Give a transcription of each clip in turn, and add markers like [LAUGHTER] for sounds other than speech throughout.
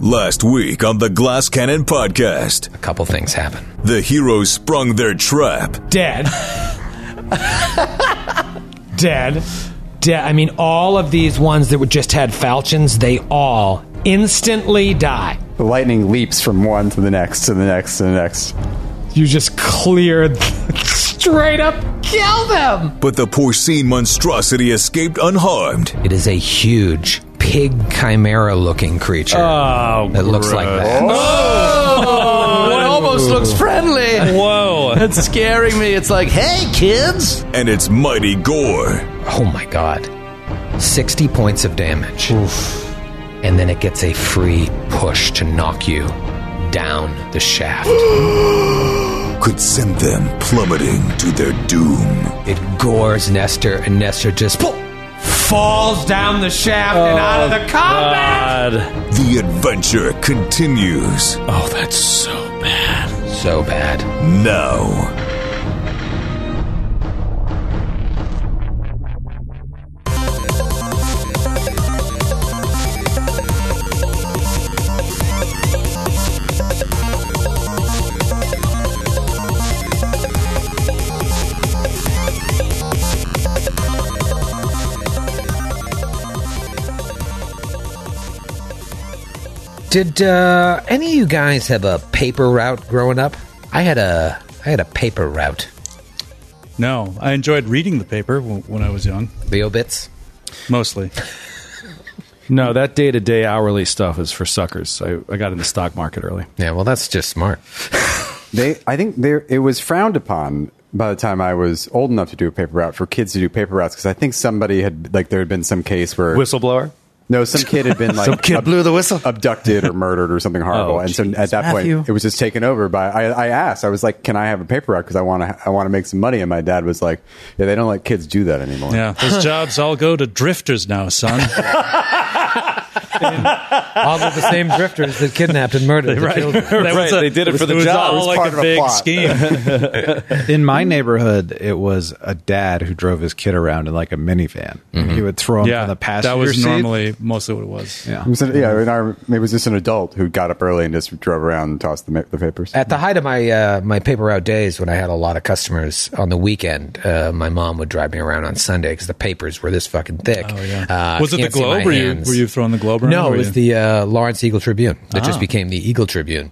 Last week on the Glass Cannon podcast, A couple things happen. the heroes sprung their trap. dead. dead. Dead. I mean, all of these ones that were- just had falchions, they all instantly die. The lightning leaps from one to the next, to the next, to the next. You just cleared [LAUGHS] straight up, kill them. But the porcine monstrosity escaped unharmed. It is a huge pig chimera looking creature. Oh, that looks like that. It almost looks friendly. Whoa. [LAUGHS] It's scaring me. It's like, hey, kids. And its mighty gore. Oh my god. 60 points of damage. And then it gets a free push to knock you down the shaft. could send them plummeting to their doom. it gores Nestor, and Nestor just Falls down the shaft and out of the combat. God. The adventure continues Oh, that's so bad. so bad. now. Did uh, any of you guys have a paper route growing up? I had a I had a paper route. No, I enjoyed reading the paper w- when I was young, The obits. mostly. No, that day to day hourly stuff is for suckers. I, I got in the stock market early. Yeah, well, that's just smart. They, I think there, it was frowned upon by the time I was old enough to do a paper route for kids to do paper routes because I think somebody had like there had been some case where Whistleblower? no some kid had been like ab- blew the whistle. abducted or murdered or something horrible Oh, and so at that Matthew. point it was just taken over by I, I asked I was like can I have a paper route because I want to I want to make some money and my dad was like yeah they don't let kids do that anymore Yeah, [LAUGHS] those jobs all go to drifters now, son. [LAUGHS] All of the same drifters that kidnapped and [LAUGHS] murdered the children. That was Right, they did it for the was job. all It was like part a of a big plot. [LAUGHS] scheme. In my neighborhood, it was a dad who drove his kid around in like a minivan. He would throw him Mm-hmm. yeah, in the passenger that was seat. normally mostly what it was. Yeah. It was, an- yeah, in our, it was just an adult who got up early and just drove around and tossed the, ma- the papers. At the height of my uh, my paper route days, when I had a lot of customers on the weekend, uh, my mom would drive me around on Sunday because the papers were this fucking thick. Oh yeah, was it the Globe? Were you, were you throwing the Globe around? No, Were it was you- Ah. the uh, Lawrence Eagle Tribune that just became the Eagle Tribune.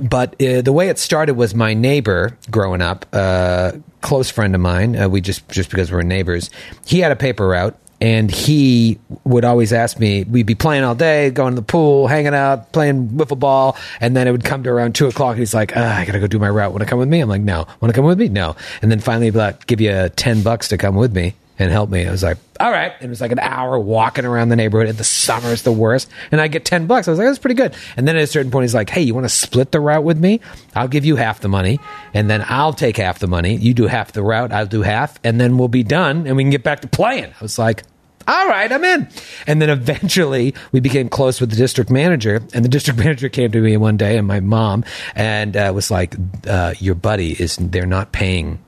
But uh, the way it started was my neighbor growing up, uh, close friend of mine. Uh, we just just because we're neighbors, he had a paper route, and he would always ask me. We'd be playing all day, going to the pool, hanging out, playing wiffle ball, and then it would come to around two o'clock. He's like, "Ah, "I gotta go do my route. Want to come with me?" I'm like, "No." Want to come with me? No. And then finally, he'd be like, "Give you ten bucks to come with me." and help me. I was like, all right. It was like an hour walking around the neighborhood. In the summer, it's the worst. And I get 10 bucks. I was like, that's pretty good. And then at a certain point, he's like, hey, you want to split the route with me? I'll give you half the money. And then I'll take half the money. You do half the route. I'll do half. And then we'll be done and we can get back to playing. I was like, all right, I'm in. And then eventually we became close with the district manager. And the district [LAUGHS] manager came to me one day and my mom and uh, was like, uh, your buddy is, they're not paying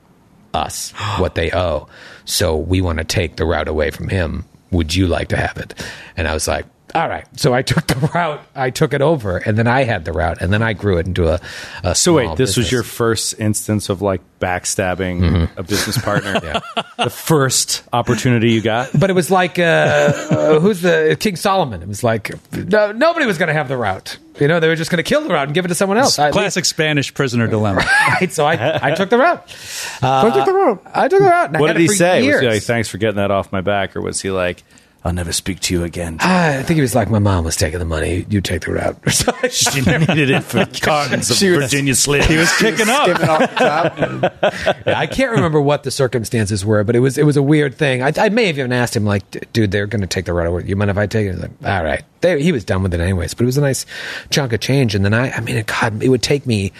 us what they owe. So we want to take the route away from him. Would you like to have it? And I was like, all right. So I took the route, I took it over, and then I had the route, and then I grew it into a. a So wait, small this business. was Mm-hmm. your first instance of like backstabbing a business [LAUGHS] partner. The first opportunity you got. But it was like, uh, uh, who's the King Solomon? It was like, no, nobody was going to have the route. You know, they were just going to kill the route and give it to someone else. I- classic Spanish prisoner dilemma. [LAUGHS] Right, so I, I took the [LAUGHS] route. I took the road. I took the route. and I Uh, What had did it he for say? Was years. he like, thanks for getting that off my back? Or was he like, I'll never speak to you again? Ah, I think he was like, my mom was taking the money. You take the route. or something. she needed it [LAUGHS] for cartons of Virginia Slims. He was kicking up. Skimming off the top. I can't remember what the circumstances were, but it was it was a weird thing. I, I may have even asked him, like, "D- dude, they're going to take the right away. You mind if I take it? He's like, all right. They, he was done with it anyways, but it was a nice chunk of change. And then I, I mean, it, God, it would take me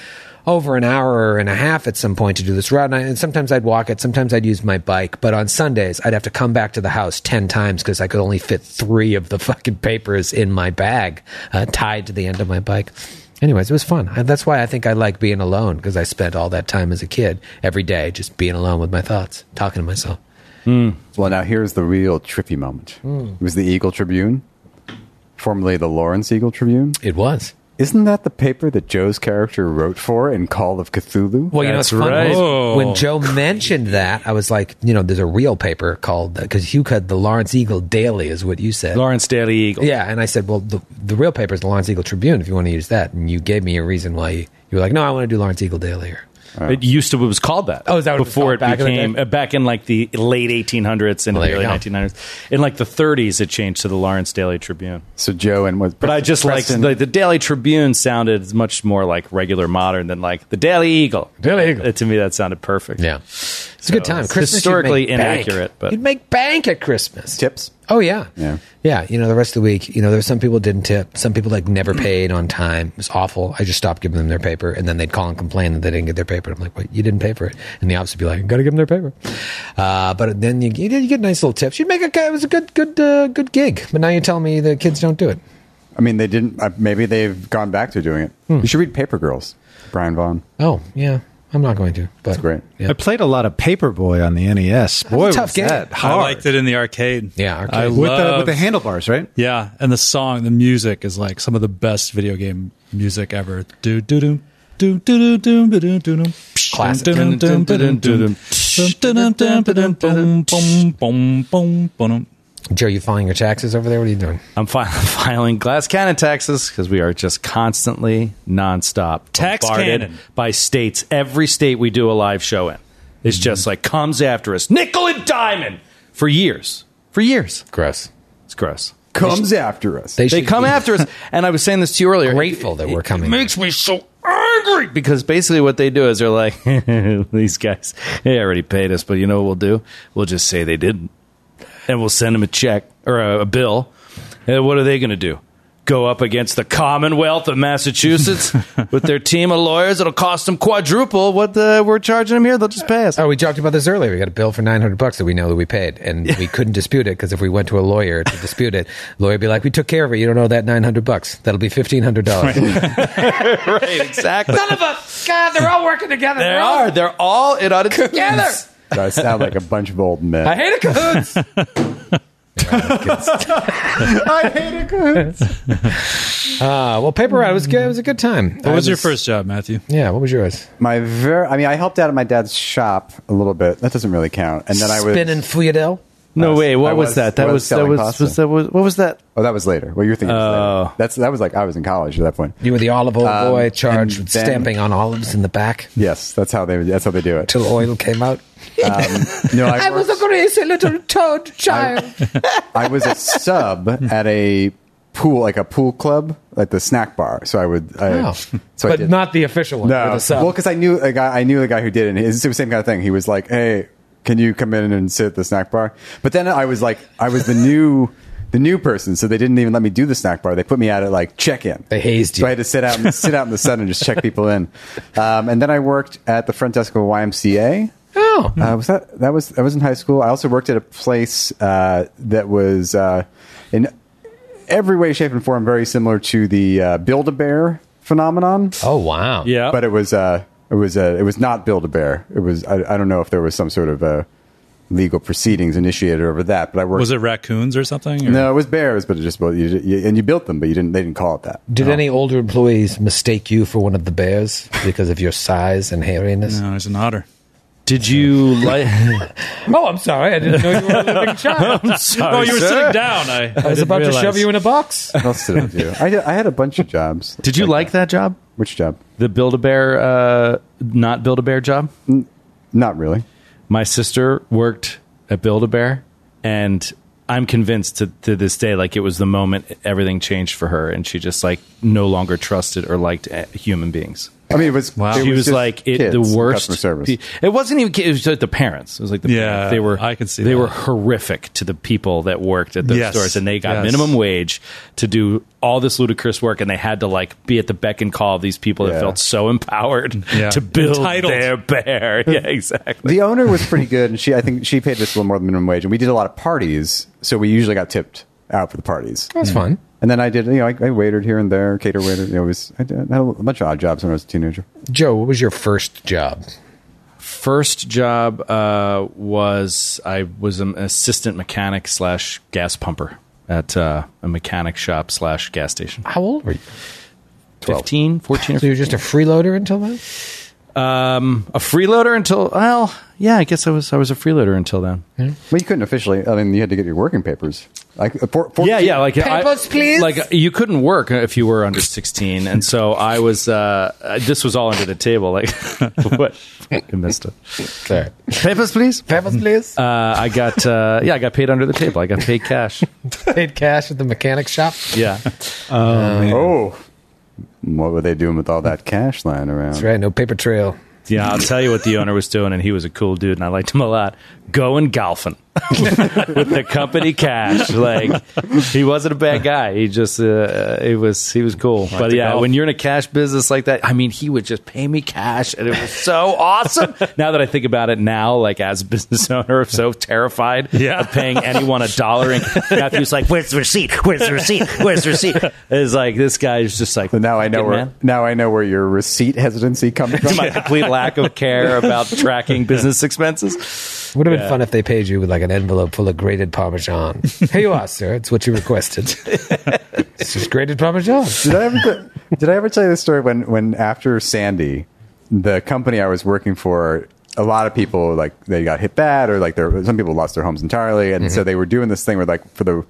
over an hour and a half at some point to do this route. And, I, and sometimes I'd walk it, sometimes I'd use my bike. But on Sundays, I'd have to come back to the house 10 times because I could only fit three of the fucking papers in my bag uh, tied to the end of my bike. Anyways, it was fun. I, that's why I think I like being alone because I spent all that time as a kid every day just being alone with my thoughts, talking to myself. Hmm. Well, now here's the real trippy moment. It was the Eagle Tribune. formerly the Lawrence Eagle Tribune. It was. Isn't that the paper that Joe's character wrote for in Call of Cthulhu? Well, you That's know, it's right. funny. Oh, Whoa. When Joe mentioned that, I was like, you know, there's a real paper called because you had the Lawrence Eagle Daily, is what you said. Lawrence Daily Eagle. yeah, and I said, well, the, the real paper is the Lawrence Eagle Tribune. If you want to use that, and you gave me a reason why you, you were like, no, I want to do Lawrence Eagle Daily. Or, It used to it was called that. Oh, is that what it was before called back it in the became day? uh, back in like the late 1800s and Well, there the early you go. 1900s. In like the 30s, it changed to the Lawrence Daily Tribune. So Joe and was, But I just like Preston- the, the Daily Tribune sounded much more like regular modern than like the Daily Eagle. Daily Eagle. Uh, to me, that sounded perfect. yeah, it's a good time. it's Christmas, you'd historically make bank. inaccurate, but- you'd make bank at Christmas. tips. Oh yeah. Yeah. Yeah. You know, the rest of the week, you know, there were some people didn't tip. Some people like never Mm. paid on time. It was awful. I just stopped giving them their paper and then they'd call and complain that they didn't get their paper. I'm like, wait, you didn't pay for it. And the office would be like, gotta give them their paper. Uh, but then you, you, did- you get nice little tips. You'd make a, it was a good, good, uh, good gig. But now you tell me the kids don't do it. I mean, they didn't. Uh, maybe they've gone back to doing it. Hmm. You should read Paper Girls, Brian Vaughn. Oh yeah. I'm not going to, but That's great. Yeah. I played a lot of Paperboy on the NES. Boy, tough was game. that I hard. liked it in the arcade. Yeah, arcade. I with the love, with the handlebars, right? Yeah, and the song, the music is like some of the best video game music ever. Do do do. Do do do do do do do. Classic. Joe, you filing your taxes over there? What are you doing? I'm fi- [LAUGHS] filing glass cannon taxes because we are just constantly nonstop Tax bombarded cannon. by states. Every state we do a live show in, it's just like comes after us, nickel and diamond for years, for years. Gross. It's gross. Comes after us. They should come be [LAUGHS] after us, and I was saying this to you earlier. Grateful that we're coming. It makes me so angry because basically what they do is they're like, [LAUGHS] these guys, they already paid us, but you know what we'll do? We'll just say they didn't, and we'll send them a check or a, a bill. And what are they going to do? Go up against the Commonwealth [LAUGHS] of Massachusetts with their team of lawyers? It'll cost them quadruple what the, we're charging them here. They'll just pay us. Oh, we talked about this earlier. We got a bill for nine hundred bucks that we know that we paid, and we couldn't dispute it because if we went to a lawyer to dispute it, the lawyer would be like, "We took care of it. You don't know that nine hundred bucks. That'll be fifteen hundred dollars." [LAUGHS] right, exactly. God, they're all working together. they are. They're all in on it together. I sound like a bunch of old [LAUGHS] men. I hate it, [LAUGHS] cahoots. I hate it. Uh, well, paper route was good. It was a good time. What was your first job, Matthew? Yeah, what was yours? My ver- I mean, I helped out at my dad's shop a little bit. That doesn't really count. And then I was spinning fuyadel. No, was- wait. I What was, was- that? That I was was, that selling was, pasta. was that was what was that? Oh, that was later. Well, you're thinking was Oh. later. that's that was like I was in college at that point. You were the olive oil Um, boy charged and with then- stamping on olives in the back Yes, that's how they that's how they do [LAUGHS] it. till oil came out. No, I, I was worked- a crazy [LAUGHS] little toad child. I was a sub at a pool, like a pool club, like the snack bar. So I would. I, Oh. So I but did. not the official one. or No, the sub. well, because I knew a guy. I knew the guy who did it. And it's the same kind of thing. He was like, "Hey, can you come in and sit at the snack bar?" But then I was like, I [LAUGHS] was the new, the new person, so they didn't even let me do the snack bar. They put me out at like check in. They hazed So you. I had to sit out, and, sit out in the sun and just check people in. Um, and then I worked at the front desk of a YMCA. oh, Uh, was that that was that was in high school? I also worked at a place uh, that was uh, in every way, shape, and form very similar to the uh, Build a Bear phenomenon. oh, wow. Yeah. but it was uh, it was uh, it was not Build a Bear. It was I, I don't know if there was some sort of uh, legal proceedings initiated over that. But I worked. Was it raccoons or something? or- No, it was bears, but it just well, you, you, and you built them, but you didn't. They didn't call it that. Did any older employees mistake you for one of the bears because of your size and hairiness? No, there's an otter. [LAUGHS] Did you like? [LAUGHS] Oh, I'm sorry. I didn't know you were a [LAUGHS] living child. [LAUGHS] oh, you were sitting down. I, I was about to shove you in a box. What else did I [LAUGHS] do? I, did- I had a bunch of jobs. Did you like that job? Which job? The Build a Bear, uh, not Build a Bear job. Not really. My sister worked at Build a Bear, and I'm convinced to, to this day, like it was the moment everything changed for her, and she just like no longer trusted or liked eh, human beings. I mean, it was. Wow. She was, like it, the worst. customer service. pe- It wasn't even. ki- It was like the parents. It was like the Yeah, parents. They were. I could see They that. were horrific to the people that worked at those Yes, stores, and they got yes. minimum wage to do all this ludicrous work, and they had to like be at the beck and call of these people that Yeah. felt so empowered [LAUGHS] Yeah. to build Entitled. their bear. [LAUGHS] Yeah, exactly. The owner was pretty good, and she I think she paid us a little more than minimum wage, and we did a lot of parties, so we usually got tipped out for the parties. [LAUGHS] That's fun. And then I did, you know, I, I waitered here and there, cater waiter. You know, it was I, did, I had a bunch of odd jobs when I was a teenager. Joe, what was your first job? First job uh, was I was an assistant mechanic slash gas pumper at uh, a mechanic shop slash gas station. How old were you? 15, 14 or So you were just a freeloader until then? um, a freeloader until well, yeah, I guess I was I was a freeloader until then. Well, you couldn't officially. I mean, you had to get your working papers. Like uh, for, for yeah, yeah. Like Papers, I, please? Like you couldn't work if you were under sixteen, and so I was. Uh, uh, this was all under the table. Like [LAUGHS] what? I missed it. Sorry. Papers, please. Pebbles, please. Uh, I got. Uh, yeah, I got paid under the table. I got paid cash. Paid cash at the mechanic shop. Yeah. Oh, what were they doing with all that cash lying around? That's right. No paper trail. Yeah, I'll tell you what the owner was doing, and he was a cool dude, and I liked him a lot. Going golfing [LAUGHS] with the company cash, like he wasn't a bad guy. He just, uh, it was, he was cool. but yeah, when you're in a cash business like that, I mean, he would just pay me cash, and it was so [LAUGHS] awesome. now that I think about it, now like as a business owner, I'm [LAUGHS] so terrified of paying anyone a dollar. And Matthew's like, "Where's the receipt? Where's the receipt? Where's the receipt?" It's like this guy's just like, So now I know "Fucking where. man." Now I know where your receipt hesitancy [LAUGHS] comes from. to my complete lack of care [LAUGHS] about tracking business expenses. Would have been fun if they paid you with like an envelope full of grated [LAUGHS] Parmesan. Here you are, sir. It's what you requested. it's just grated Parmesan. did I ever did I ever tell you this story when when after Sandy, the company I was working for, a lot of people like they got hit bad or like there some people lost their homes entirely, and so they were doing this thing where like for the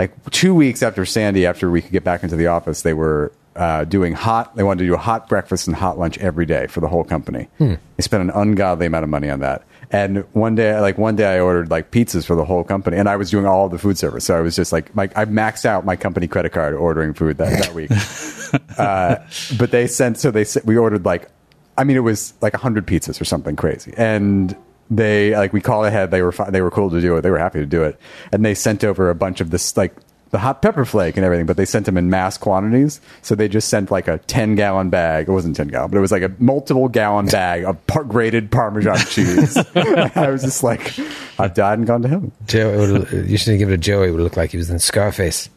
like two weeks after Sandy, after we could get back into the office, they were. Uh, doing hot, they wanted to do a hot breakfast and hot lunch every day for the whole company. They spent an ungodly amount of money on that. And one day, like one day, I ordered like pizzas for the whole company, and I was doing all of the food service. So I was just like, my, I maxed out my company credit card ordering food that, that week. Uh, but they sent so they sent, we ordered like i mean it was like 100 pizzas or something crazy and they like we called ahead they were fi- they were cool to do it they were happy to do it and they sent over a bunch of this like the hot pepper flake and everything but they sent them in mass quantities so they just sent like a 10 gallon bag it wasn't 10 gallon but it was like a multiple gallon bag of par- grated [LAUGHS] parmesan cheese i was just like i've died and gone to heaven Joe, it would've- you shouldn't give it to Joey. It would look like he was in [LAUGHS] Scarface.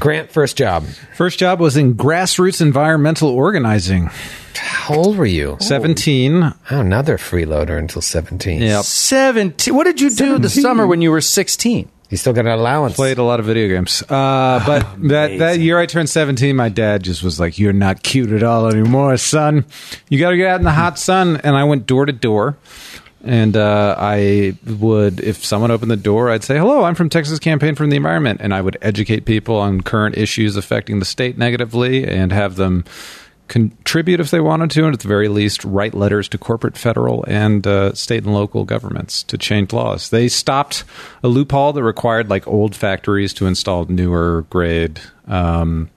Grant, first job. First job was in grassroots environmental organizing. How old were you? 17. Oh, another freeloader until 17. Yep. Seventeen. What did you do the summer when you were sixteen? You still got an allowance. Played a lot of video games. Uh, but that, that year I turned 17, my dad just was like, You're not cute at all anymore, son. You got to get out in the hot sun. And I went door to door. And uh, I would, if someone opened the door, I'd say, Hello, I'm from Texas Campaign from the Environment. And I would educate people on current issues affecting the state negatively and have them contribute if they wanted to, and at the very least, write letters to corporate, federal, and uh, state and local governments to change laws. They stopped a loophole that required like old factories to install newer grade. Um,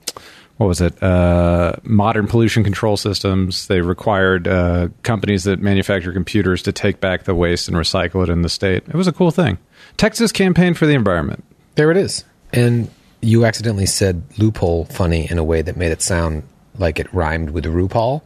what was it? Uh, modern pollution control systems. They required uh, companies that manufacture computers to take back the waste and recycle it in the state. It was a cool thing. Texas campaign for the environment. There it is. And you accidentally said loophole funny in a way that made it sound like it rhymed with [LAUGHS] RuPaul.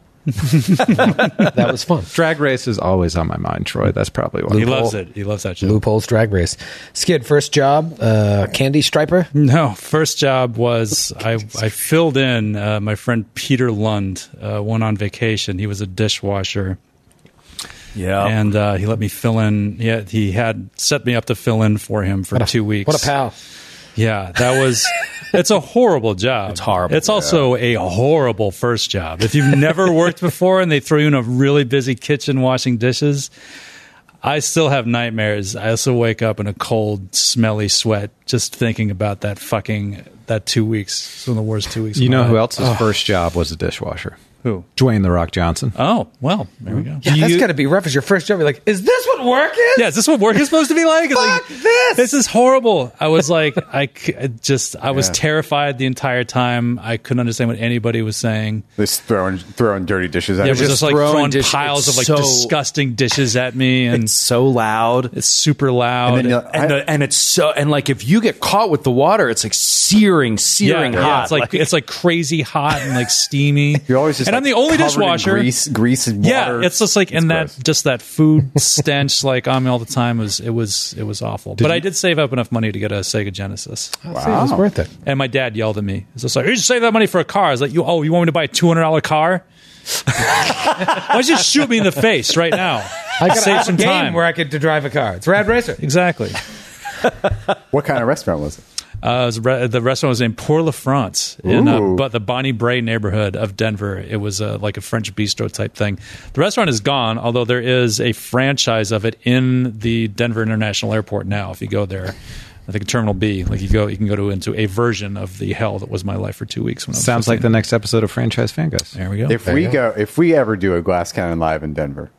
that was fun. Drag race is always on my mind, Troy. That's probably why. He loves it. He loves that shit. Loopholes drag race. Skid, first job, uh, candy striper. No, first job was I, I filled in uh, my friend Peter Lund uh, went on vacation. He was a dishwasher, Yeah. and uh, he let me fill in. Yeah, he had set me up to fill in for him for two weeks. What a pal. Yeah, that was. it's a horrible job. It's horrible, It's also a horrible first job. If you've never worked before and they throw you in a really busy kitchen washing dishes, I still have nightmares. I also wake up in a cold, smelly sweat just thinking about that fucking that two weeks. It's one of the worst two weeks. of You my know who life. else's first job was a dishwasher? Who? Dwayne the Rock Johnson. Oh well, there we go. Yeah, that's got to be rough as your first job. You're like, is this what work is? Yeah, is this what work is supposed to be like? It's Fuck like, this! is horrible. I was like, I c- I just, I was terrified the entire time. I couldn't understand what anybody was saying. just throwing throwing dirty dishes at They were us. just, like throwing throwing dish- piles it's of like so- disgusting dishes at me, and It's it's, so loud. super And loud. then you're- And, the, and it's so and like if you get caught with the water, it's like searing, searing hot. it's like, [LAUGHS] it's like crazy hot and like steamy. [LAUGHS] You're always just and I'm like, the only covered in dishwasher. grease, grease, and water. Yeah, it's just like and that gross. just [LAUGHS] that food stench like on me all the time was it was it was awful. but I did save up enough money to get a Sega Genesis. See, it was worth it. And my dad yelled at me. He's just like, "You should save that money for a car." I was like, "You oh, you want me to buy a two hundred dollar car? [LAUGHS] Why don't you just shoot me in the face right now? I got Save a some game time. where I could to drive a car. It's Rad Racer. Exactly. What kind of restaurant was it? Uh, it was a re- the restaurant was named Pour La France in uh, Ooh. but the Bonnie Bray neighborhood of Denver. It was uh, like a French bistro type thing. The restaurant is gone, although there is a franchise of it in the Denver International Airport now. If you go there, I think Terminal B, like you go, you can go to into a version of the hell that was my life for two weeks. When I was Sounds like the 15. next episode of Franchise Fangus. There we go. If we go, if we ever do a Glass Cannon live in Denver,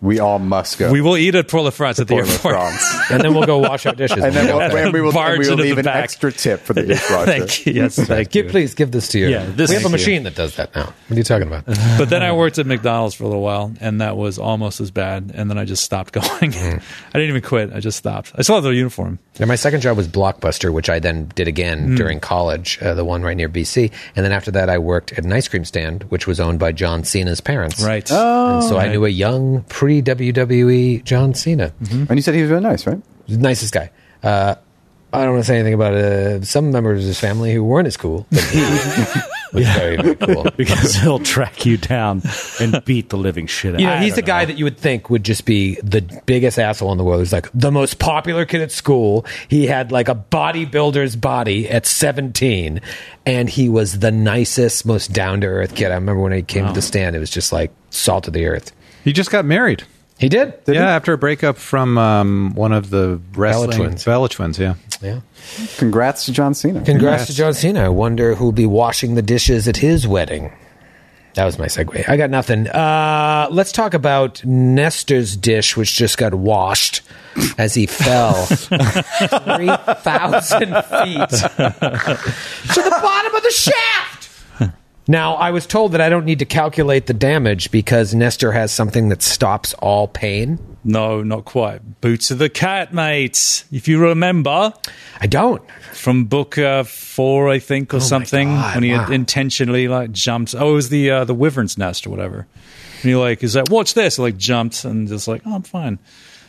we all must go. we will eat at Pour La France at the Pour La airport. [LAUGHS] France. and then we'll go wash our [LAUGHS] dishes. and then we'll, and we will, and Barge we will into the leave an back. extra tip for [LAUGHS] the dishwasher. Thank you. Yes, thank Give, you. please give this to you. Uh-huh. Yeah, this- we have a Thank you. machine that does that now. What are you talking about? But then I worked at McDonald's for a little while, and that was almost as bad. And then I just stopped [LAUGHS] going. I didn't even quit. I just stopped. I still have their uniform. And my second job was Blockbuster, which I then did again during college, uh, the one right near BC. And then after that, I worked at an ice cream stand, which was owned by John Cena's parents. Right. and so I knew a young pre WWE John Cena, And you said he was really nice, right? He's the nicest guy. Uh, I don't want to say anything about uh, some members of his family who weren't as cool, but [LAUGHS] he was very, very cool. [LAUGHS] because he'll track you down and beat the living shit out. You know, he's the guy that you would think would just be the biggest asshole in the world. He's like the most popular kid at school. He had like a bodybuilder's body at 17, and he was the nicest, most down to earth kid. I remember when he came to the stand, it was just like salt of the earth. He just got married. He did. yeah, after a breakup from um, one of the wrestling Twins. Bella twins, yeah. Yeah. Congrats to John Cena. Congrats to John Cena. I wonder who'll be washing the dishes at his wedding. That was my segue. I got nothing. Uh, let's talk about Nestor's dish, which just got washed as he fell 3,000 feet to the bottom of the shaft. Now, I was told that I don't need to calculate the damage because Nestor has something that stops all pain. No, not quite. Boots of the cat, mate. If you remember I don't. from book uh, four, I think, or something, Oh God, when he wow. intentionally like jumped. Oh, it was the uh, the wyvern's nest or whatever. And you're like, is that watch this? Like jumped and just like, oh, I'm fine.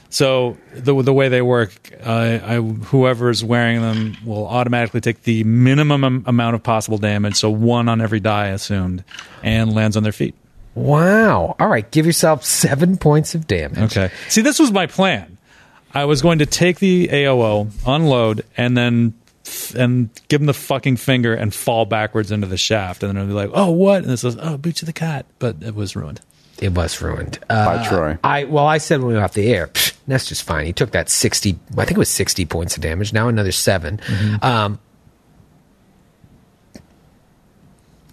So the the way they work, uh, I whoever's wearing them will automatically take the minimum am- amount of possible damage, so one on every die assumed, and lands on their feet. Wow. All right. Give yourself seven points of damage. Okay. See, this was my plan. I was going to take the AOO, unload, and then and give him the fucking finger and fall backwards into the shaft, and then I'd be like, "Oh, what?" And this was, "Oh, boot to the cat," but it was ruined. It was ruined. Uh, By Troy. I well, I said when we were off the air, "Pfft, that's just fine. He took that sixty. I think it was sixty points of damage. Now another 7 Mm-hmm. Um,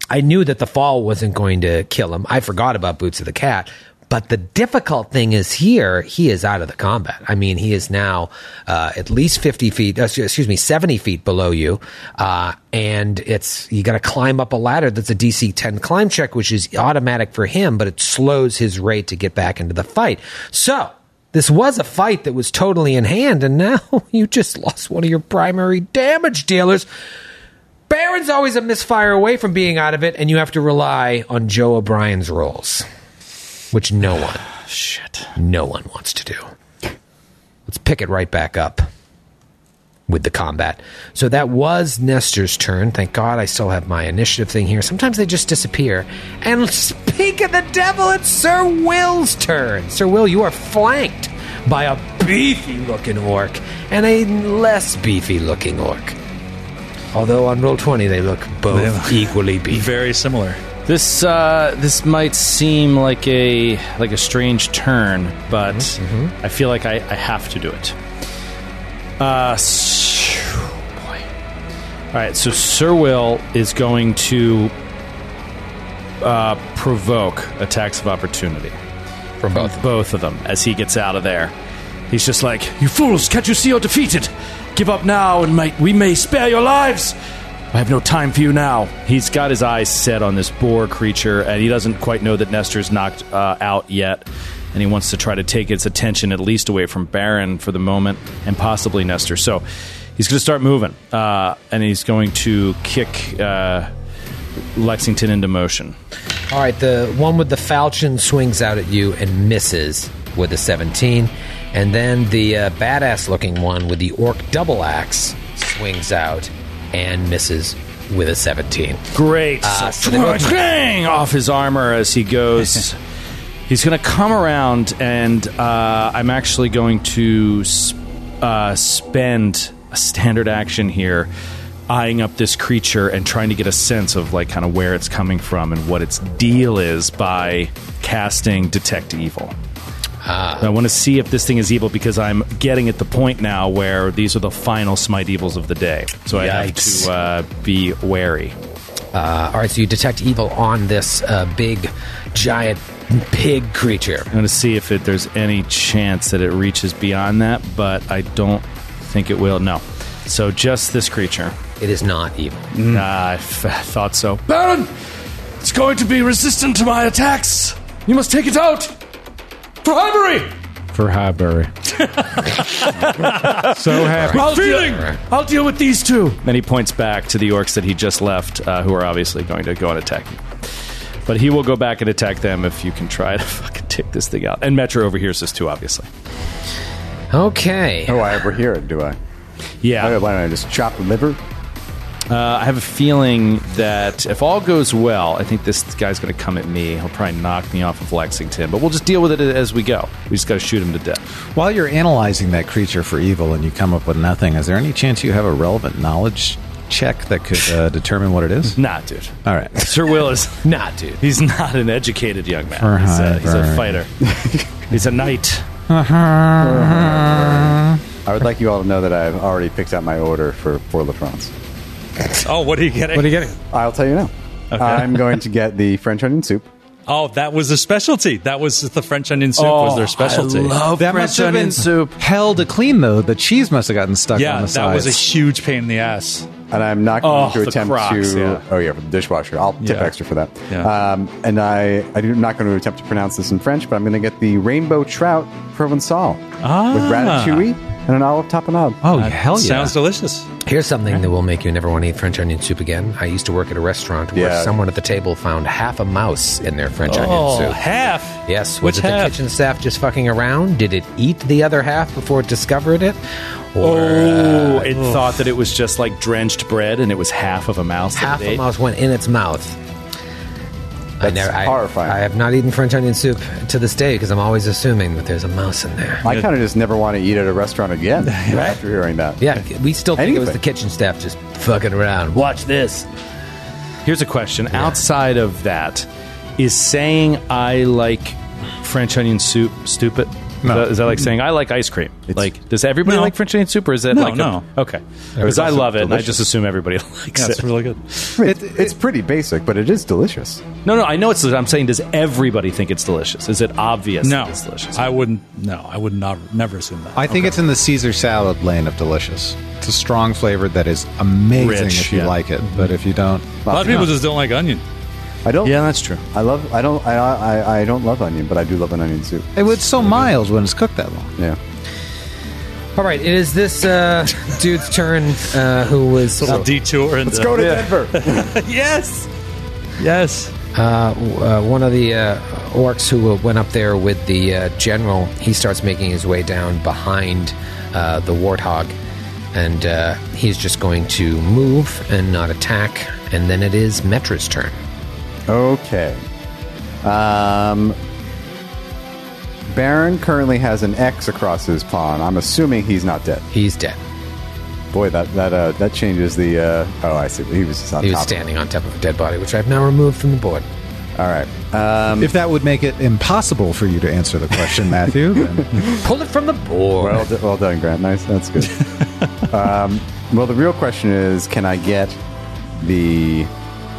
I knew that the fall wasn't going to kill him. I forgot about Boots of the Cat. But the difficult thing is here, he is out of the combat. I mean, he is now uh, at least 50 feet, uh, excuse me, 70 feet below you. Uh, and it's, you got to climb up a ladder that's a DC 10 climb check, which is automatic for him, but it slows his rate to get back into the fight. So this was a fight that was totally in hand, and now [LAUGHS] you just lost one of your primary damage dealers. Baron's always a misfire away from being out of it, and you have to rely on Joe O'Brien's rolls, which no one, shit, no one wants to do. Let's pick it right back up with the combat. So that was Nestor's turn. Thank God I still have my initiative thing here. Sometimes they just disappear. And speak of the devil, it's Sir Will's turn. Sir Will, you are flanked by a beefy looking orc and a less beefy looking orc. Although on roll 20 they look both equally beefy. Very similar. This uh, this might seem like a like a strange turn, but I feel like I, I have to do it. Uh, s- oh boy. All right, so Sir Will is going to uh, provoke attacks of opportunity From both. both of them as he gets out of there. He's just like, "You fools! Can't you see you're defeated? Give up now, and might we may spare your lives." I have no time for you now. He's got his eyes set on this boar creature, and he doesn't quite know that Nestor's knocked uh, out yet, and he wants to try to take its attention at least away from Baron for the moment, and possibly Nestor. So he's going to start moving, uh, and he's going to kick uh, Lexington into motion. All right, the one with the falchion swings out at you and misses with a 17. And then the uh, badass looking one with the orc double axe swings out and misses with a 17. Great. Ah, so they [LAUGHS] both- Bang! Off his armor as [LAUGHS] he goes. He's going to come around, and uh, I'm actually going to uh, spend a standard action here eyeing up this creature and trying to get a sense of like kind of where it's coming from and what its deal is by casting detect evil. Ah. I want to see if this thing is evil because I'm getting at the point now where these are the final smite evils of the day. So I have Yikes. to uh, be wary. Uh, all right, so you detect evil on this uh, big, giant pig creature. I'm going to see if it, there's any chance that it reaches beyond that, but I don't think it will. No. So just this creature. It is not evil. Nah, I f- thought so. Baron! It's going to be resistant to my attacks! You must take it out! For Highbury! for [LAUGHS] Highbury. so happy. I'll Feeling! I'll deal with these two! Then he points back to the orcs that he just left, uh, who are obviously going to go and attack you. But he will go back and attack them if you can try to [LAUGHS] fucking take this thing out. And Metro overhears this too, obviously. Okay. Oh, I overhear it, do I? Yeah. Why don't I just chop the liver? Uh, I have a feeling that if all goes well, I think this guy's going to come at me. He'll probably knock me off of Lexington, but we'll just deal with it as we go. We just got to shoot him to death. While you're analyzing that creature for evil and you come up with nothing, is there any chance you have a relevant knowledge check that could uh, determine what it is? Nah, dude. [LAUGHS] All right. Sir Will is not, dude. He's not an educated young man. For he's, a, high he's a burn. [LAUGHS] fighter. he's a knight. Uh-huh. I would like you all to know that I've already picked out my order for Four LaFrance. Oh, what are you getting? What are you getting? I'll tell you now. I'm going to get the French onion soup. Oh, that was a specialty. That was the French onion soup was their specialty. that must have been hell to clean, though. The cheese must have gotten stuck yeah, on that the sides. was a huge pain in the ass. And I'm not going Oh, to the attempt Crocs, to. yeah. Oh yeah, for the dishwasher. I'll tip Yeah. extra for that. Yeah. Um, and I, I'm not going to attempt to pronounce this in French, but I'm going to get the rainbow trout provençal Ah. with ratatouille and an olive tapenade. oh, Uh, hell yeah. Sounds delicious. Here's something that will make you never want to eat French onion soup again. I used to work at a restaurant where Yeah. someone at the table found half a mouse in their French onion soup. half. Yes, was Oh. Which it the half? kitchen staff just fucking around? Did it eat the other half before it discovered it? Or uh, Oh, it thought that it was just like drenched bread and it was half of a mouse. that half it a ate. mouse went in its mouth. I That's I- horrifying. I, have not eaten French onion soup to this day because I'm always assuming that there's a mouse in there. I kind of just never want to eat at a restaurant [LAUGHS] again after hearing that. Yeah, we still think it was Anything. the kitchen staff just fucking around. What? Here's a question. Outside of that, is saying I like French onion soup stupid? Is, that, is that like saying I like ice cream? like, does everybody No. like French onion soup, or is that No, like a- no. okay? Because I love it, and I just assume everybody [LAUGHS] likes That's it. really good. I mean, it's pretty basic, but it is delicious. No, no, I know it's. I'm saying, does everybody think it's delicious? Is it obvious? No, that it's delicious. I wouldn't. No, I would not. Never assume that. I think it's in the Caesar salad lane of delicious. It's a strong flavor that is amazing Rich, if you yeah. like it, but if you don't, a lot of people just don't like onion. I don't. yeah, that's true. I love. I don't. I, I. I don't love onion, but I do love an onion soup. it, it's so mild when it's cooked that long. Yeah. All right, it is this uh, dude's turn uh, who was. Little detour. Into, Let's go to Denver. yes, yes. uh, w- uh, one of the uh, orcs who uh, went up there with the uh, general, he starts making his way down behind uh, the warthog, and uh, he's just going to move and not attack. And then it is Metra's turn. okay. Um. Baron currently has an X across his pawn. I'm assuming he's not dead. He's dead. Boy, that that uh, that changes the. Uh, oh, I see. He was just on He was top. of it. standing on top of a dead body, which I've now removed from the board. All right. Um, If that would make it impossible for you to answer the question, [LAUGHS] Matthew, then Pull it from the board. well, d- well done, Grant. Nice. [LAUGHS] That's good. um, well, the real question is, can I get the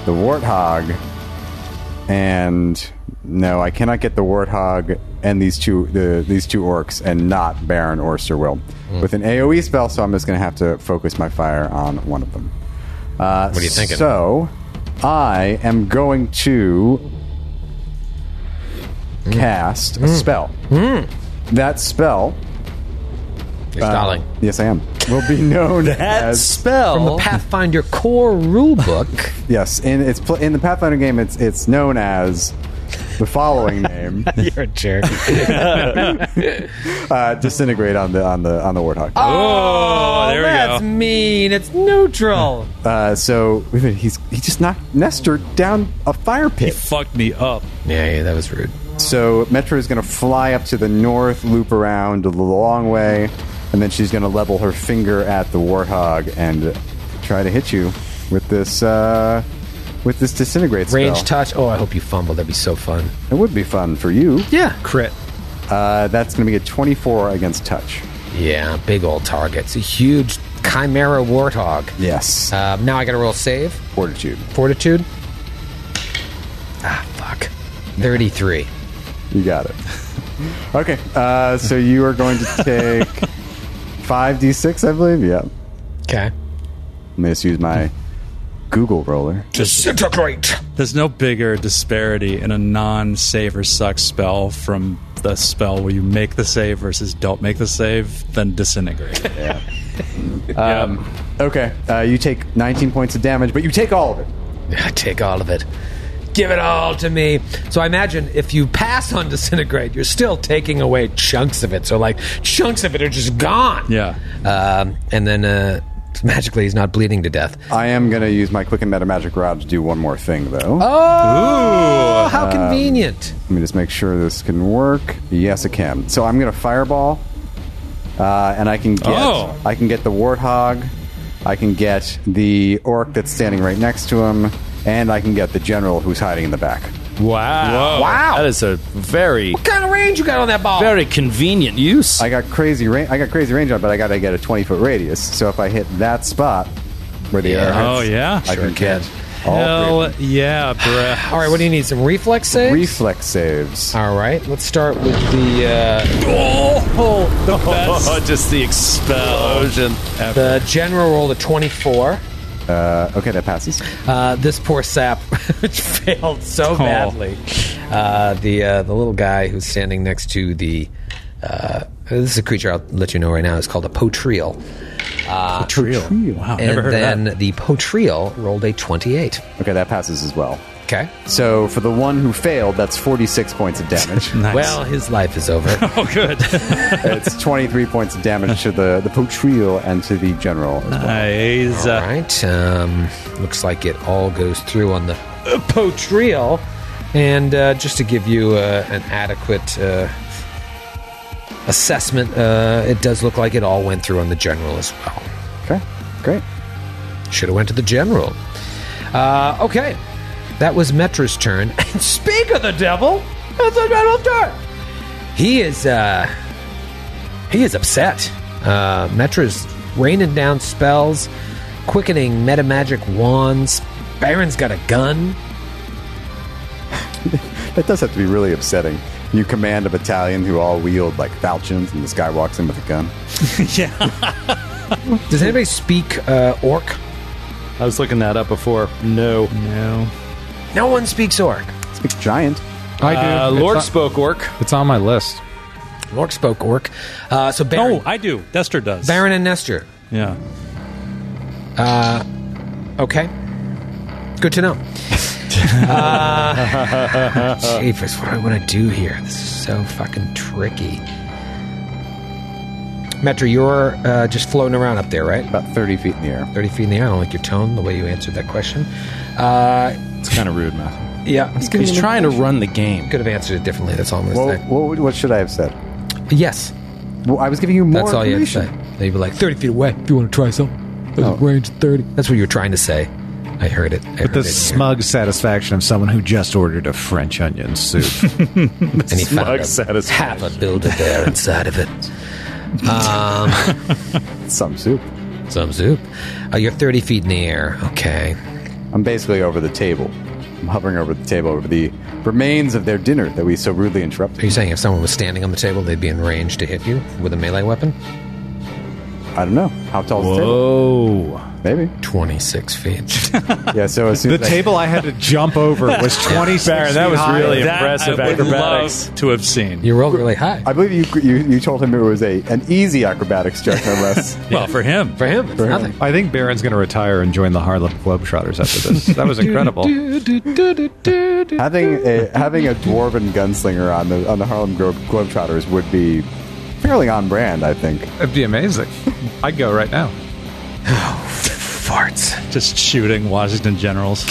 the warthog? And no, I cannot get the warthog and these two the these two orcs and not Baron or Sir Will Hmm. with an AOE spell. So I'm just going to have to focus my fire on one of them. Uh, what are you thinking? So I am going to Hmm. cast a spell. That spell You're stalling. Yes, I am. Will be [LAUGHS] known as From the Pathfinder core rulebook. yes. In it's pl- in the Pathfinder game, it's it's known as the [LAUGHS] following name: [LAUGHS] You're a [LAUGHS] jerk. uh, disintegrate on the on the on the warthog. Oh, there we That's go. mean. It's neutral. Uh, so wait a minute, he's he just knocked Nestor down a fire pit. Fucked me up. yeah, yeah, that was rude. So Metro is going to fly up to the north, loop around the long way, and then she's going to level her finger at the warthog and try to hit you with this uh, with this disintegrate spell. Range touch. Oh, I hope you fumble. That'd be so fun. it would be fun for you. Yeah. Crit. Uh, that's going to be a 24 against touch. Yeah, big old targets. A huge chimera warthog. Yes. Um, now I got to roll save. Fortitude. Fortitude. Ah, fuck. 33. You got it. [LAUGHS] Okay. Uh, so you are going to take 5d6, I believe. Yeah. Okay. Let me just use my Google roller. Disintegrate. There's no bigger disparity in a non save or suck spell from the spell where you make the save versus don't make the save than disintegrate. Yeah. Okay. Uh, you take 19 points of damage, but you take all of it. I [LAUGHS] take all of it. Give it all to me. So I imagine if you pass on disintegrate, you're still taking away chunks of it. So like chunks of it are just gone. Yeah. Um, and then uh, magically he's not bleeding to death. I am going to use my Quicken Meta Magic Rod to do one more thing, though. Oh, how convenient! Let me just make sure this can work. Yes, it can. So I'm going to Fireball, uh, and I can get Oh. I can get the Warthog, I can get the Orc that's standing right next to him, and I can get the General who's hiding in the back. Wow. Wow. That is a very, What kind of range you got on that ball? very convenient use. I got crazy range. I got crazy range on, it, but I got to get a 20 foot radius. So if I hit that spot where the arrow Oh, hits, yeah. I can get all three. Hell yeah, [SIGHS] bruh. all right, what do you need? Some reflex saves. reflex Ah. saves. all right, let's start with the uh, [LAUGHS] Oh, just the explosion. the general roll of twenty four. Uh, okay, that passes. Uh, this poor sap [LAUGHS] failed so badly. Uh, the uh, the little guy who's standing next to the uh, this is a creature I'll let you know right now. It's called a potriel. Uh, Wow, And never heard then of that. the potriel rolled a twenty eight. Okay, that passes as well. Okay. So for the one who failed, that's 46 points of damage. [LAUGHS] [LAUGHS] Nice. Well, his life is over. oh, good. it's 23 points of damage to the the potrio and to the general. as well. nice. All right. Um, looks like it all goes through on the uh, potriel. And uh, just to give you uh, an adequate uh, assessment, uh, it does look like it all went through on the general as well. Okay, great. Should have went to the general. Uh, okay, that was Metra's turn. [LAUGHS] And speak of the devil, it's the devil's turn. He is uh, he is upset. Uh, Metra's raining down spells, quickening meta magic wands. Baron's got a gun. That does have to be really upsetting. You command a battalion who all wield like falchions, and this guy walks in with a gun. Does anybody speak uh, orc? I was looking that up before. No. No. No one speaks orc. Speak giant. I do. Uh, It's Lord on- spoke orc. It's on my list. Orc spoke orc. Uh, so Baron, Oh, I do. Dester does. Baron and Nestor. Uh, Yeah. Okay. Good to know. uh, Jeepers, what do I want to do here? This is so fucking tricky. Metro, you're uh, just floating around up there, right? About 30 feet in the air. 30 feet in the air. I don't like your tone, the way you answered that question. Uh, It's kind of rude, Matthew. yeah. He's trying to run the game. Could have answered it differently. That's all I'm Well, going to what, what should I have said? say. Yes. Well, I was giving you more That's all you had to information. say. They'd be like, 30 feet away if you want to try something. There's a range of 30. That's what you were trying to say. I heard it. I heard The it here. smug satisfaction of someone who just ordered a French onion soup. [LAUGHS] and he found a, satisfaction. half a builder there inside of it. Some soup. [LAUGHS] Some soup. Uh, you're 30 feet in the air. Okay. I'm basically over the table. I'm hovering over the table, over the remains of their dinner that we so rudely Are you interrupted. saying if someone was standing on the table, they'd be in range to hit you with a melee weapon? I don't know. How tall is the table? Whoa. Maybe. 26 feet. Yeah, so as soon the as I- table I had to jump over [LAUGHS] was 20 Baron, that was really That impressive I would acrobatics. love to have seen. You rolled really [LAUGHS] high. I believe you, you you told him it was a an easy acrobatics check, [LAUGHS] unless Well, for him. For him, it's him. nothing. I think Baron's going to retire and join the Harlem Globetrotters after this. That was incredible. having a having a dwarven gunslinger on the on the Harlem Glo- Globetrotters would be fairly on brand, I think. That'd be amazing. I'd go right now. Farts. Just shooting Washington [LAUGHS] generals.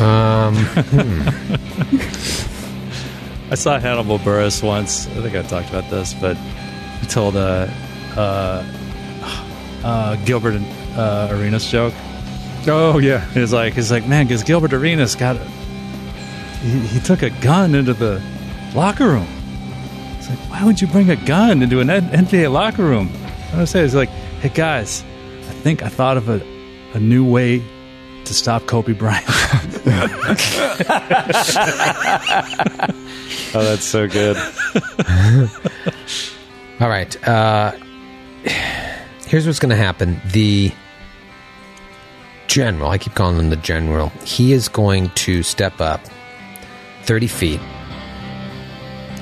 Um, Um, hmm. I saw Hannibal Burris once. I think I talked about this, but he told a uh, uh, uh, Gilbert uh, Arenas joke. Oh yeah. And it's like it's like man, because Gilbert Arenas got he, he took a gun into the locker room. It's like why would you bring a gun into an N- NBA locker room? I don't say it's like hey guys, I think I thought of a a new way to stop Kobe [LAUGHS] Bryant. Oh, that's so good. All right. Uh, here's what's going to happen. The general, I keep calling him the general, he is going to step up 30 feet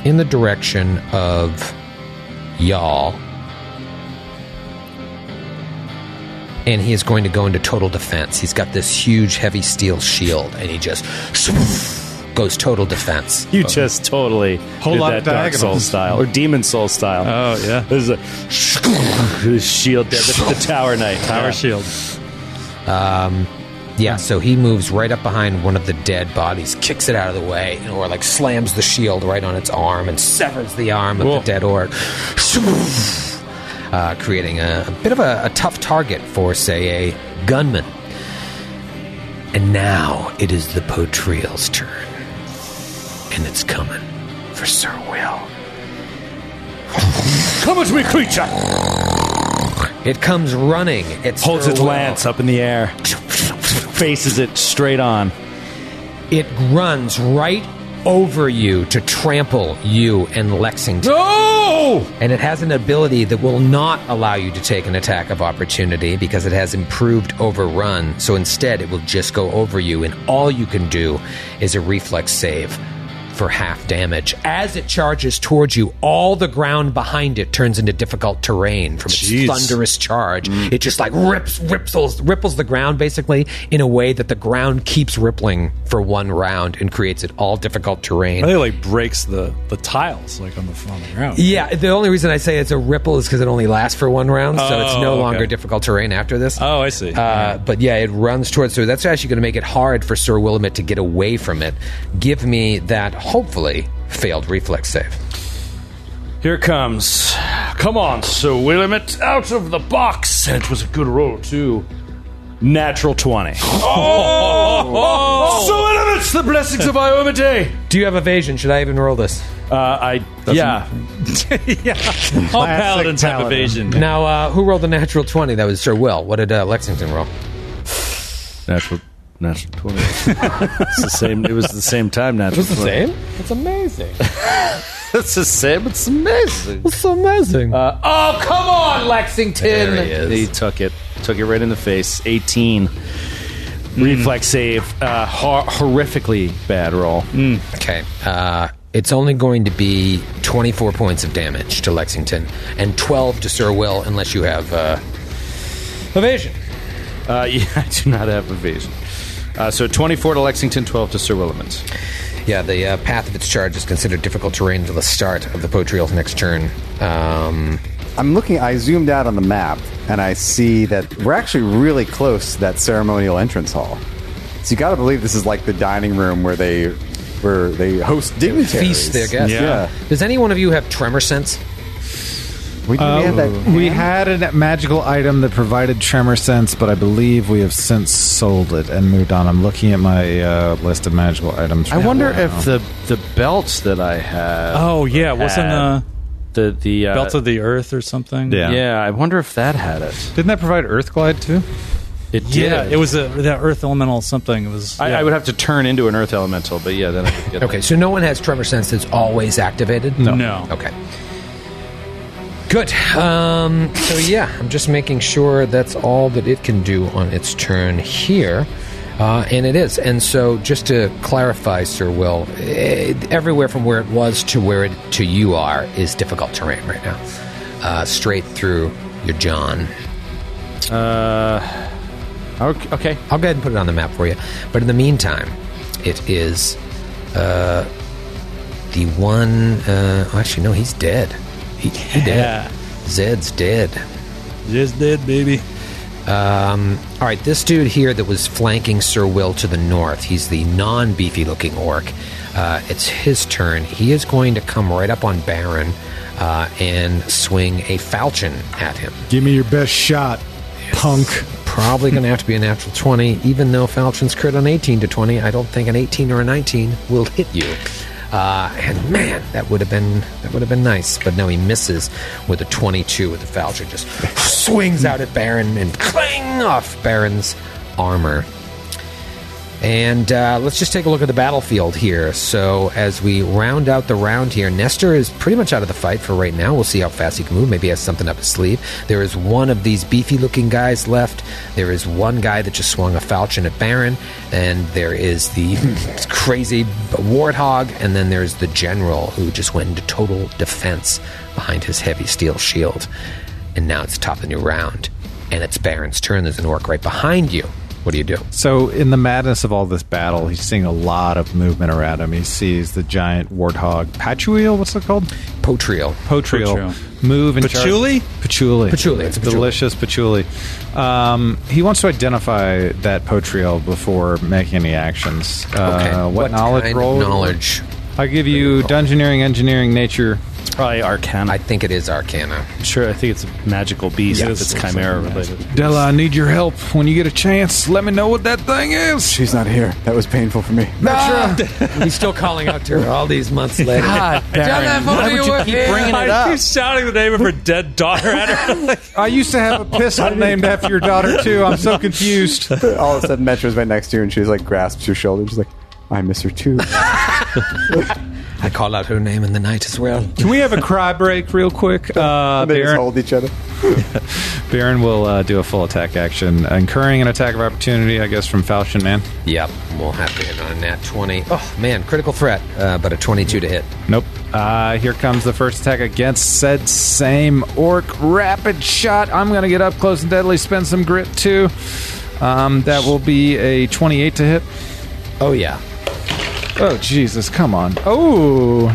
in the direction of y'all. And he is going to go into total defense. He's got this huge, heavy steel shield, and he just goes total defense. You just totally Whole did lot that of Dark Soul diagonals. style or Demon Soul style. oh yeah, This is [LAUGHS] a shield there, the, the Tower Knight. Power Yeah. Shield. Yeah, so he moves right up behind one of the dead bodies, kicks it out of the way, or like slams the shield right on its arm and severs the arm of Whoa. the dead orc, uh, creating a, a bit of a, a tough target for, say, a gunman. And now it is the Potreel's turn, and it's coming for Sir Will. Come with me, creature! It comes running. It's Holds Sir its Will. lance up in the air, [LAUGHS] faces it straight on. It runs right over you to trample you and Lexington. No! and it has an ability that will not allow you to take an attack of opportunity because it has improved overrun. So instead, it will just go over you, and all you can do is a reflex save for half damage. As it charges towards you, all the ground behind it turns into difficult terrain from its Jeez. thunderous charge. It just like rips, ripples, ripples the ground basically in a way that the ground keeps rippling for one round and creates it all difficult terrain. I Oh. think it like breaks the the tiles like on the on the ground. Yeah, the only reason I say it's a ripple is because it only lasts for one round, so it's Oh, no okay. longer difficult terrain after this. Oh, I see. Uh, but yeah, it runs towards. So that's actually going to make it hard for Sir Willamette to get away from it. Give me that hopefully failed reflex save. Here it comes. Come on, Sir Willamette, out of the box! And it was a good roll, too. [LAUGHS] Natural 20. [LAUGHS] Oh! Sir Willamette's the blessings of Ioma Day! Do you have evasion? Should I even roll this? Uh, I, yeah. [LAUGHS] All paladins have evasion. Now, uh, who rolled the natural twenty? That was Sir Will. What did uh, Lexington roll? Natural, natural 20. it's the same, it was the same [LAUGHS] time, natural It's It's amazing. It's the same, it's amazing. It's amazing. Oh, come on, Lexington! There he is. took it. Took it right in the face. 18. Reflex save. Uh, hor- horrifically bad roll. Okay. Uh, it's only going to be 24 points of damage to Lexington and 12 to Sir Will, unless you have uh, evasion. Uh, [LAUGHS] yeah, I do not have evasion. Uh, so 24 to Lexington, 12 to Sir Willamette. Yeah, the uh, path of its charge is considered difficult terrain until the start of the Potreel's next turn. Um, I'm looking. I zoomed out on the map, and I see that we're actually really close to that ceremonial entrance hall. So you got to believe this is like the dining room where they where they host dignitaries. feast their guests. Yeah. Does any one of you have tremor sense? We, do we have that. Oh. We had a magical item that provided tremor sense, but I believe we have since sold it and moved on. I'm looking at my uh, list of magical items. I right wonder now. if the the belt that I have. Oh yeah, wasn't had uh, the the uh, Belt of the Earth or something? Yeah. Yeah, I wonder if that had it. didn't that provide Earth Glide too? It did. Yeah, it was a, that Earth elemental something. It was. I, yeah. I would have to turn into an Earth elemental, but yeah, then I could get Okay, so no one has tremor sense that's always activated? No. Okay. Good. Um, so yeah, I'm just making sure that's all that it can do on its turn here. Uh, and it is. And so, just to clarify, Sir Will, eh, everywhere from where it was to where it, to you are is difficult terrain right now. Uh, straight through your John. Okay. okay. I'll go ahead and put it on the map for you. But in the meantime, it is uh, the one. Uh, oh, actually, no, he's dead. He, he dead. Zed's dead. Just did, baby. Um, all right, this dude here that was flanking Sir Will to the north, he's the non beefy looking orc. Uh, it's his turn. He is going to come right up on Baron uh, and swing a falchion at him. Give me your best shot, punk. Probably going to have to be a natural 20, even though Falchion's crit on 18 to 20. I don't think an 18 or a 19 will hit you. Uh, and man, that would have been that would have been nice. But no, he misses with a 22 with the Falchion. Just swings out at Baron and clang off Baron's armor. And uh, let's just take a look at the battlefield here. So, as we round out the round here, Nestor is pretty much out of the fight for right now. We'll see how fast he can move. Maybe he has something up his sleeve. There is one of these beefy looking guys left. There is one guy that just swung a falchion at Baron. And there is the [LAUGHS] crazy warthog. And then there's the general who just went into total defense behind his heavy steel shield. And now it's top of the new round. And it's Baron's turn. There's an orc right behind you. What do you do? So, in the madness of all this battle, he's seeing a lot of movement around him. He sees the giant warthog, Patchouli, what's it called? Potriel. Potriel. Potriel. Move and charge- Patchouli? Patchouli. Patchouli, it's a patchouli. Delicious patchouli. Um, he wants to identify that Potriel before making any actions. Uh, What, knowledge kind of roll? knowledge? I'll give you dungeoneering, engineering, nature. It's probably Arcana. I think it is Arcana. I'm sure. I think it's a magical beast. Yeah, if it's it's chimera something related. Della, I need your help. When you get a chance, let me know what that thing is. She's not here. That was painful for me. Ah! [LAUGHS] He's still calling out to her all these [LAUGHS] months later. bringing it I keep shouting the name of her dead daughter [LAUGHS] at her. [LAUGHS] I used to have a pistol named after your daughter, too. I'm so confused. All of a sudden, Metro's right next to you, and she's like grasps your shoulder. She's like, "I miss her [LAUGHS] too." I call out her name in the night as well. Can we have a cry break [LAUGHS] real quick? Uh, they just Baron, hold each other. Baron will uh, do a full attack action, incurring an attack of opportunity, I guess, from Falchion Man. Yep, we'll have to hit on a nat 20. Oh, man, critical threat, uh, but a 22 to hit. Nope. Uh, here comes the first attack against said same orc. Rapid shot. I'm going to get up close and deadly, spend some grit, too. Um, that will be a 28 to hit. Oh, yeah. Oh, Jesus, come on. Oh.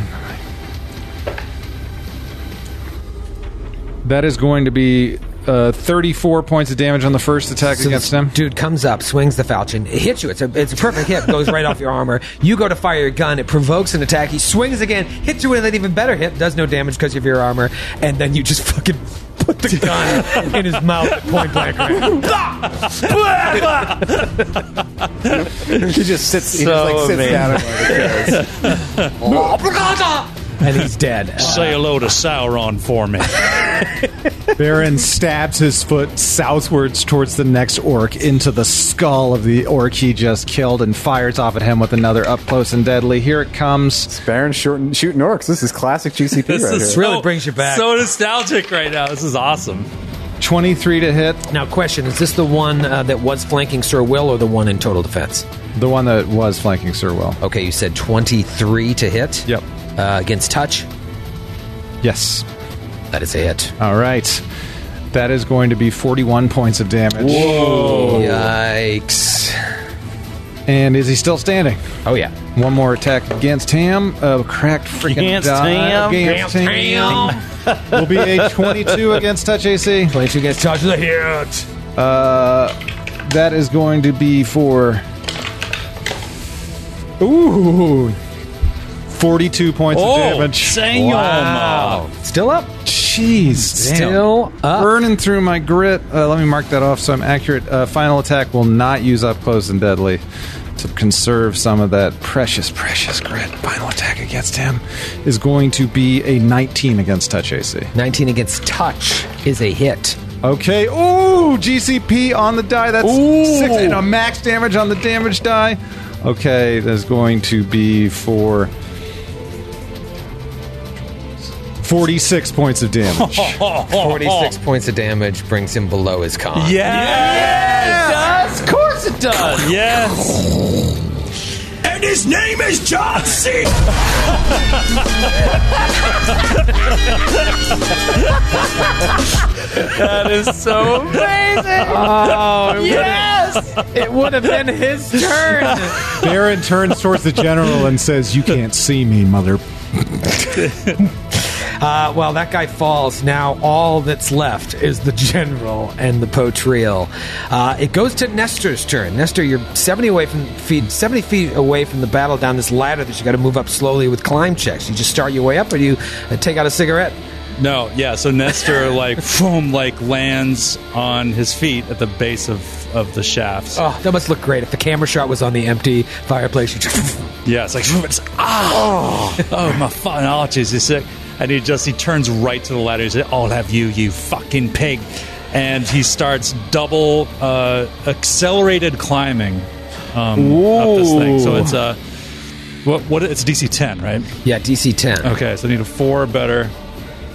That is going to be uh, 34 points of damage on the first attack So against this [LAUGHS] him. Dude comes up, swings the falchion, it hits you. It's a, it's a perfect hit, goes right off your armor. You go to fire your gun, it provokes an attack. He swings again, hits you with an even better hit, does no damage because of your armor, and then you just fucking put the [LAUGHS] gun in his mouth at point blank range. She just sits. [LAUGHS] he just like sits down. on one of the chairs. and he's dead. [LAUGHS] Say hello to Sauron for me. Baron stabs his foot southwards towards the next orc into the skull of the orc he just killed and fires off at him with another up close and deadly. Here it comes. Baron shorting, shooting orcs. This is classic GCP This right is here. Really so- brings you back. So nostalgic right now. This is awesome. 23 to hit. Now, question: Is this the one uh, that was flanking Sir Will, or the one in total defense? The one that was flanking Sir Will. Okay, you said twenty-three to hit. Yep. Uh, against touch, Yes. that is a hit. All right. That is going to be 41 points of damage. Oh. Yikes! And is he still standing? Oh yeah. One more attack against him. A cracked freaking Against die. him. Against him. Will be a 22 against touch AC. Twenty-two against touch is a hit. Uh, that is going to be for. Ooh. 42 points Oh, of damage. dang, Wow. [LAUGHS] Still up. Jeez. Still up. Burning through my grit. Uh, let me mark that off so I'm accurate. Uh, final attack will not use up close and deadly to conserve some of that precious, precious grit. Final attack against him is going to be a 19 against touch AC. Nineteen against touch is a hit. Okay. Ooh, GCP on the die. That's Ooh. six and a max damage on the damage die. Okay, that's going to be for 46 points of damage. [LAUGHS] Forty-six points of damage brings him below his con. Yes. Of course it does. Yes. And his name is John C. That is so Oh, [LAUGHS] It would have been his turn. [LAUGHS] Baron turns towards the general and says, "You can't see me, mother." Uh, well, that guy falls. Now all that's left is the general and the potriel. Uh, it goes to Nestor's turn. Nestor, you're 70 away from feet, 70 feet away from the battle down this ladder that you got to move up slowly with climb checks. You just start your way up, or do you uh, take out a cigarette? No, yeah. So Nestor like boom, like lands on his feet at the base of of the shafts. Oh, that must look great if the camera shot was on the empty fireplace. You [LAUGHS] just Yeah, it's like, it's like, ah, oh, my fucking arches is sick. And he just he turns right to the ladder. He says, "I'll have you, you fucking pig!" And he starts double uh, accelerated climbing um, up this thing. So it's a uh, what? What? It's DC ten, right? Yeah, DC 10. Okay, so I need a four better.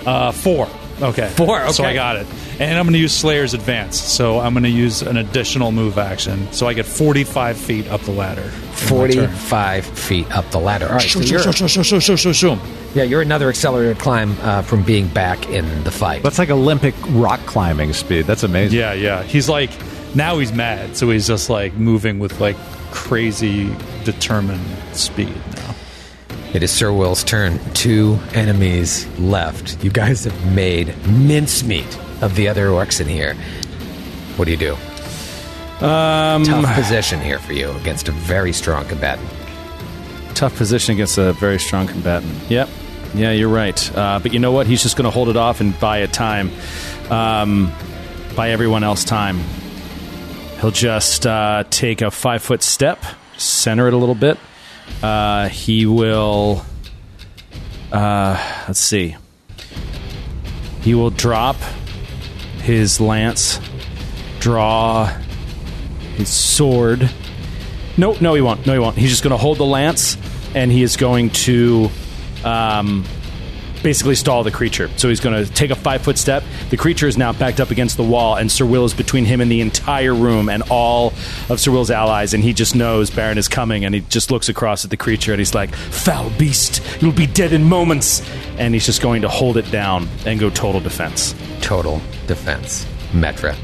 Uh, four. Okay. Four, okay. So I got it. And I'm going to use Slayer's Advance. So I'm going to use an additional move action. So I get 45 feet up the ladder. in my turn. 45 feet up the ladder. All right, so Shoo, shoo, you're, shoo, shoo, shoo, shoo, shoo, shoo, shoo. yeah, you're another accelerated climb uh, from being back in the fight. That's like Olympic rock climbing speed. That's amazing. Yeah, yeah. He's like now he's mad, so he's just like moving with like crazy determined speed now. It is Sir Will's turn. Two enemies left. You guys have made mincemeat of the other orcs in here. What do you do? Um, Tough position here for you against a very strong combatant. tough position against a very strong combatant. Yep. Yeah, you're right. Uh, but you know what? He's just going to hold it off and buy a time, um, buy everyone else time. He'll just uh, take a five foot step, center it a little bit. Uh, he will. Uh, let's see. He will drop his lance, draw his sword. No, no, he won't. No, he won't. He's just going to hold the lance, and he is going to um, basically stall the creature. So he's going to take a five foot step. The creature is now backed up against the wall, and Sir Will is between him and the entire room and all of Sir Will's allies. And he just knows Baron is coming, and he just looks across at the creature and he's like, "Foul beast, you'll be dead in moments." And he's just going to hold it down and go total defense. Total defense. Metra.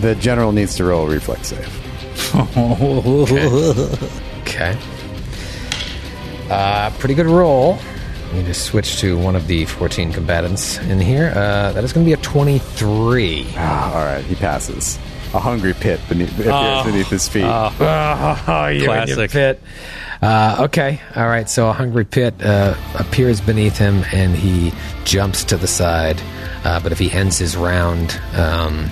The general needs to roll a reflex save. Okay. Uh, pretty good roll. Let me just switch to one of the 14 combatants in here. Uh, that is going to be a 23. Ah, all right, he passes. A hungry pit beneath, appears beneath his feet. Oh, you're in your Classic. pit. Uh, okay, all right. So a hungry pit uh, appears beneath him, and he jumps to the side. Uh, but if he ends his round um,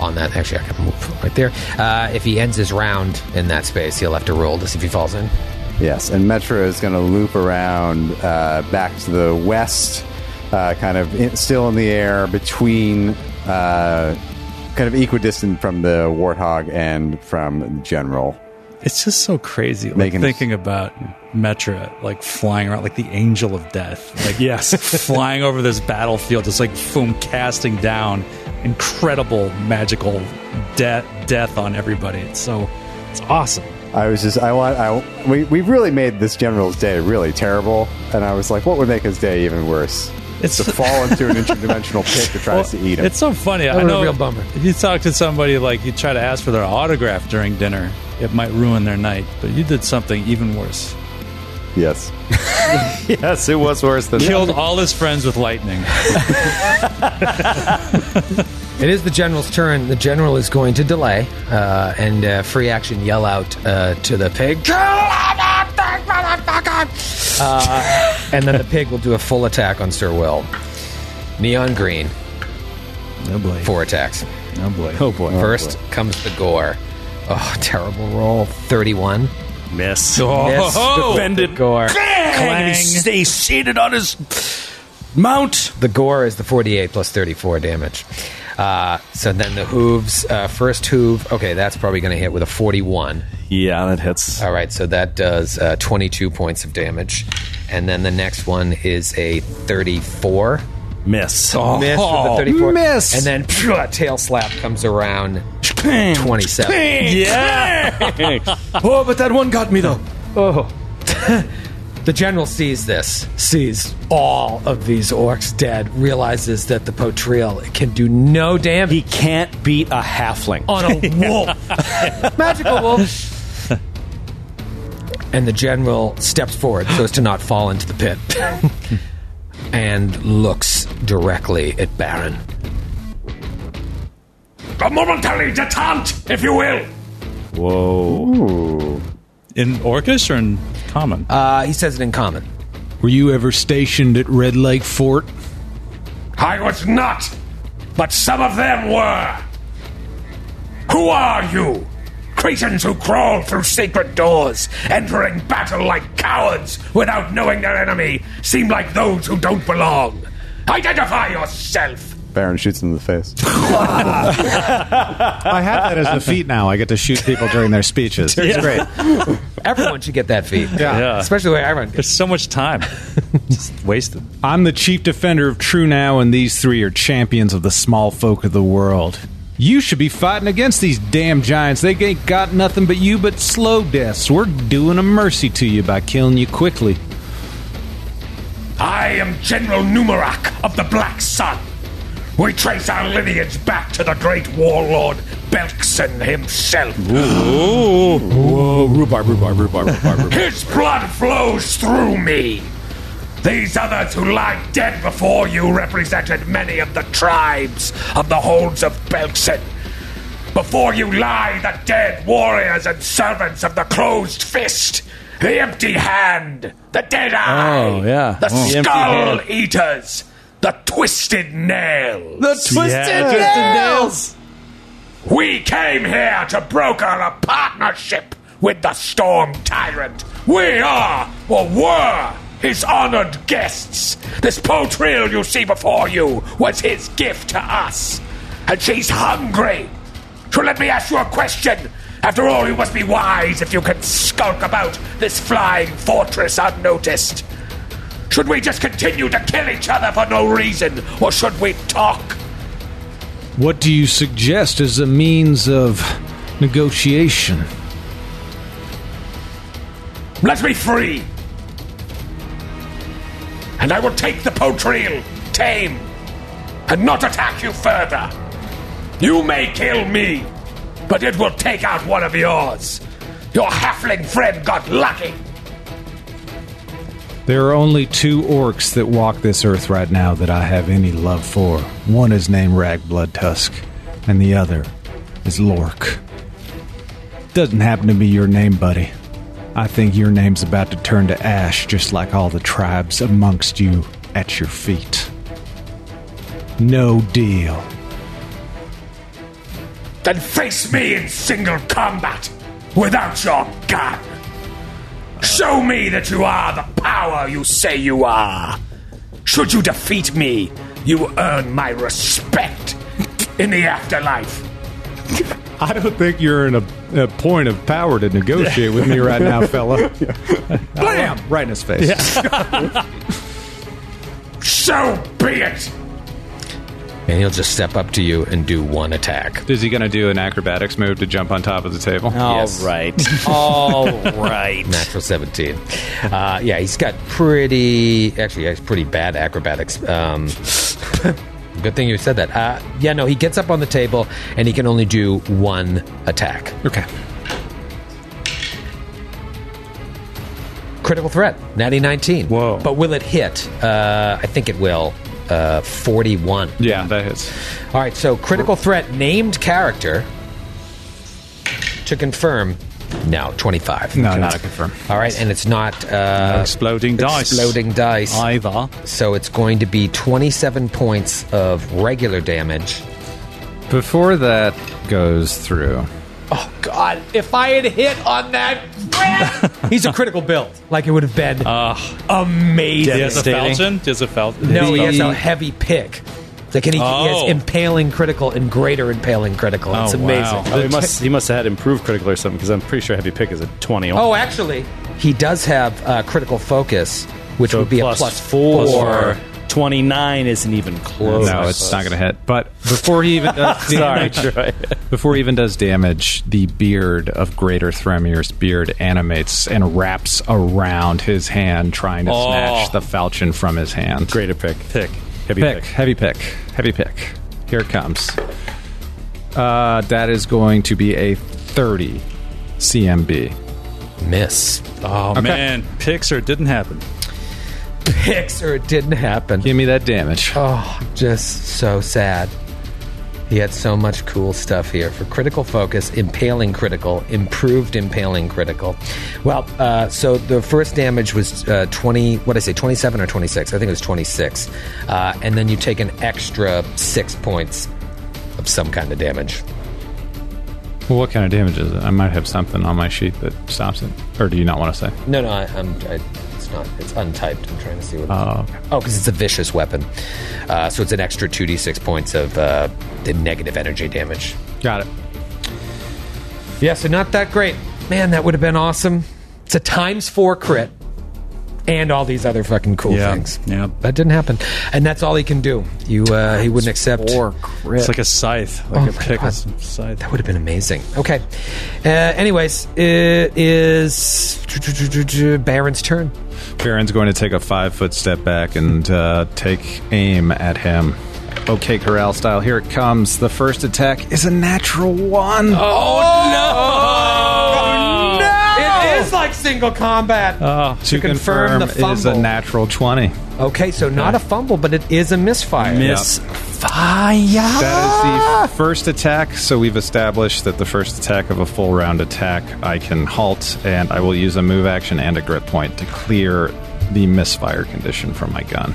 on that, actually, I can move right there. Uh, if he ends his round in that space, he'll have to roll to see if he falls in. Yes, and Metro is going to loop around uh, back to the west, uh, kind of in, still in the air between, uh, kind of equidistant from the warthog and from General. It's just so crazy. Like Making us- thinking about Metra, like flying around like the angel of death. [LAUGHS] Like yes, [LAUGHS] flying over this battlefield, just like boom, casting down incredible magical de- death on everybody. It's so it's awesome. I was just, I want, I, we, we really made this General's day really terrible, and I was like, what would make his day even worse? It's to fall into an interdimensional pit that tries to eat him. It's so funny. I was a know real bummer. If you talk to somebody like you try to ask for their autograph during dinner, it might ruin their night. But you did something even worse. yes. [LAUGHS] Yes, it was worse than Killed all his friends with lightning. [LAUGHS] It is the general's turn. The general is going to delay uh, and uh, free action yell out uh, to the pig. "Kill that pig, motherfucker!" Uh, and then the pig will do a full attack on Sir Will. Neon green. No blade. Four attacks. No blade. Oh boy, First comes the gore. Oh, terrible roll. 31. miss. Yes, defended gore. Clang. And he stays seated on his mount. The gore is the 48 plus 34 damage. Uh, so then the hooves. Uh, first hoove. Okay, that's probably going to hit with a 41. Yeah, that hits. All right, so that does uh, 22 points of damage. And then the next one is a 34. Miss. Oh. Miss with the 34. miss. And then phew, a tail slap comes around 27. Yeah. oh, but that one got me though. Oh. [LAUGHS] The general sees this, sees all of these orcs dead, realizes that the potriel can do no damage He can't beat a halfling. on a wolf. Magical wolf. [LAUGHS] and the general steps forward so as to not fall into the pit [LAUGHS] and looks directly at Baron. A momentary detente, if you will. In Orcish or in common? Uh, he says it in common. Were you ever stationed at Red Lake Fort? I was not, but some of them were. Who are you? Cretans who crawl through sacred doors, entering battle like cowards without knowing their enemy, seem like those who don't belong. Identify yourself! Baron shoots him in the face. I have that as a feat now. I get to shoot people during their speeches. It's great. Everyone should get that feat. Yeah. Especially the way I run. There's so much time just wasted. I'm the chief defender of True Now, and these three are champions of the small folk of the world. You should be fighting against these damn giants. They ain't got nothing but you but slow deaths. We're doing a mercy to you by killing you quickly. I am General Numerak of the Black Sun. We trace our lineage back to the great warlord Belkson himself. Whoa, rhubarb, rhubarb, rhubarb, rhubarb, rhubarb. His blood flows through me. These others who lie dead before you represented many of the tribes of the holds of Belkson. Before you lie the dead warriors and servants of the closed fist, the empty hand, the dead eye, Oh, yeah. the Oh. The empty skull hand. eaters, the twisted nail. The twisted nails. We came here to broker a partnership with the Storm Tyrant. We are, or were, his honored guests. This potrill you see before you was his gift to us. And she's hungry. So let me ask you a question. After all, you must be wise if you can skulk about this flying fortress unnoticed. Should we just continue to kill each other for no reason, or should we talk? What do you suggest as a means of negotiation? Let me free! And I will take the Potril, tame, and not attack you further. You may kill me, but it will take out one of yours. Your halfling friend got lucky. There are only two orcs that walk this earth right now that I have any love for. One is named Rag Blood Tusk, and the other is Lork. Doesn't happen to be your name, buddy. I think your name's about to turn to ash, just like all the tribes amongst you at your feet. No deal. Then face me in single combat without your gun. Show me that you are the power you say you are. Should you defeat me, you earn my respect in the afterlife. I don't think you're in a, a point of power to negotiate with me right [LAUGHS] now, fella. Bam! Right in his face. So be it! And he'll just step up to you and do one attack. Is he going to do an acrobatics move to jump on top of the table? All Yes. right. All right. Natural 17. Uh, yeah, he's got pretty, actually, yeah, he's pretty bad acrobatics. Um, [LAUGHS] good thing you said that. Uh, yeah, no, he gets up on the table and he can only do one attack. Okay. Critical threat, natty 19. Whoa. But will it hit? Uh, I think it will. Uh, 41. Yeah, that hits. All right, so critical threat, named character. To confirm, no, 25. No, not a confirm. All right, and it's not uh, Exploding dice. Exploding dice. Either. So it's going to be 27 points of regular damage. Before that goes through, Oh, God. If I had hit on that. He's a critical build. Like it would have been amazing. He has a Devastating. falchion? Oh, He has a falchion. No, he has a heavy pick. Like, and he, he Oh. has impaling critical and greater impaling critical. It's Oh, amazing. wow. Oh, he must he must have had improved critical or something because I'm pretty sure heavy pick is a twenty. Oh, actually, he does have uh, critical focus, which would be a plus four. Plus four. Twenty nine isn't even close. no, it's not going to hit. But before he even does [LAUGHS] Sorry, damage, Troy. before he even does damage, the beard of Greater Thremir's beard animates and wraps around his hand, trying to Oh. snatch the falchion from his hand. Greater pick. Pick. Heavy pick, pick. heavy pick, heavy pick. Here it comes. Uh, that is going to be a thirty CMB. Miss. Oh man, picks or it didn't happen. [LAUGHS] Picks or it didn't happen. Give me that damage. Oh, just so sad. He had so much cool stuff here for critical focus, impaling critical, improved impaling critical. Well, uh, so the first damage was uh, 20, what did I say, 27 or 26? I think it was 26. Uh, and then you take an extra six points of some kind of damage. Well, what kind of damage is it? I might have something on my sheet that stops it. Or do you not want to say? No, no, I, I'm, I, it's not, it's untyped. I'm trying to see what it's. Oh, okay. Oh, because it's a vicious weapon. Uh, so it's an extra 2d6 points of uh, the negative energy damage. Got it. Yeah, so not that great. Man, that would have been awesome. It's a times four crit and all these other fucking cool Yeah, things. yeah. That didn't happen. And that's all he can do. You, uh, he wouldn't accept. It's like a scythe, like Oh a my pick God. is a scythe. That would have been amazing. Okay. Uh, anyways, it is Baron's turn. Baron's going to take a five foot step back and uh, take aim at him. Okay, Corral style. Here it comes. The first attack is a natural one. Oh, It is like single combat. to confirm confirm, the it is a fumble. natural twenty. Oh. okay, so not a fumble, but it is a misfire. Miss That is the first attack, so we've established that the first attack of a full round attack, I can halt, and I will use a move action and a grit point to clear the misfire condition from my gun.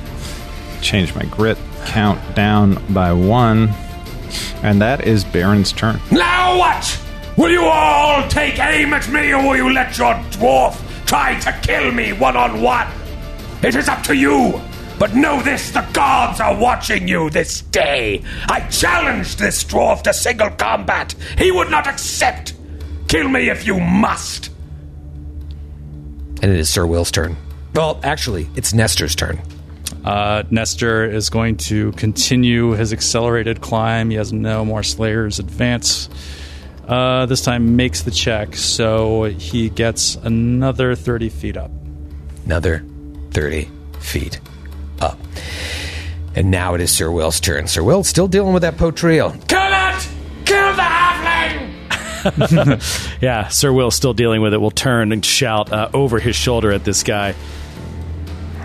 Change my grit count down by one, and that is Baron's turn. Now what? Will you all take aim at me or will you let your dwarf try to kill me one on one? It is up to you. But know this the gods are watching you this day. I challenged this dwarf to single combat. He would not accept. Kill me if you must. And it is Sir Will's turn. Well, actually, it's Nestor's turn. Uh, Nestor is going to continue his accelerated climb. He has no more Slayer's advance. Uh, this time makes the check, so he gets another 30 feet up. Another 30 feet up. And now it is Sir Will's turn. Sir Will still dealing with that potriel. Kill it! Kill the halfling! Yeah, Sir Will still dealing with it will turn and shout uh, over his shoulder at this guy.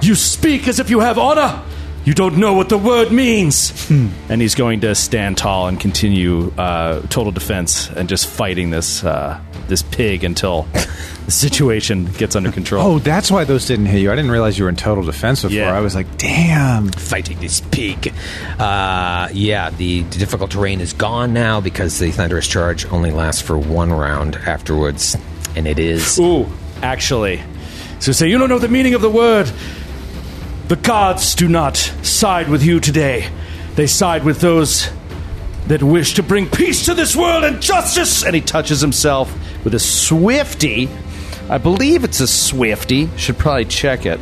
You speak as if you have honor. You don't know what the word means. Hmm. and he's going to stand tall and continue uh, total defense and just fighting this uh, this pig until [LAUGHS] the situation gets under control. Oh, that's why those didn't hit you. I didn't realize you were in total defense before. Yeah. I was like, damn. fighting this pig. Uh, yeah, the difficult terrain is gone now because the thunderous charge only lasts for one round afterwards, and it is Ooh, actually. So say you don't know the meaning of the word. The gods do not side with you today. They side with those that wish to bring peace to this world and justice. And he touches himself with a swifty. I believe it's a swifty. Should probably check it.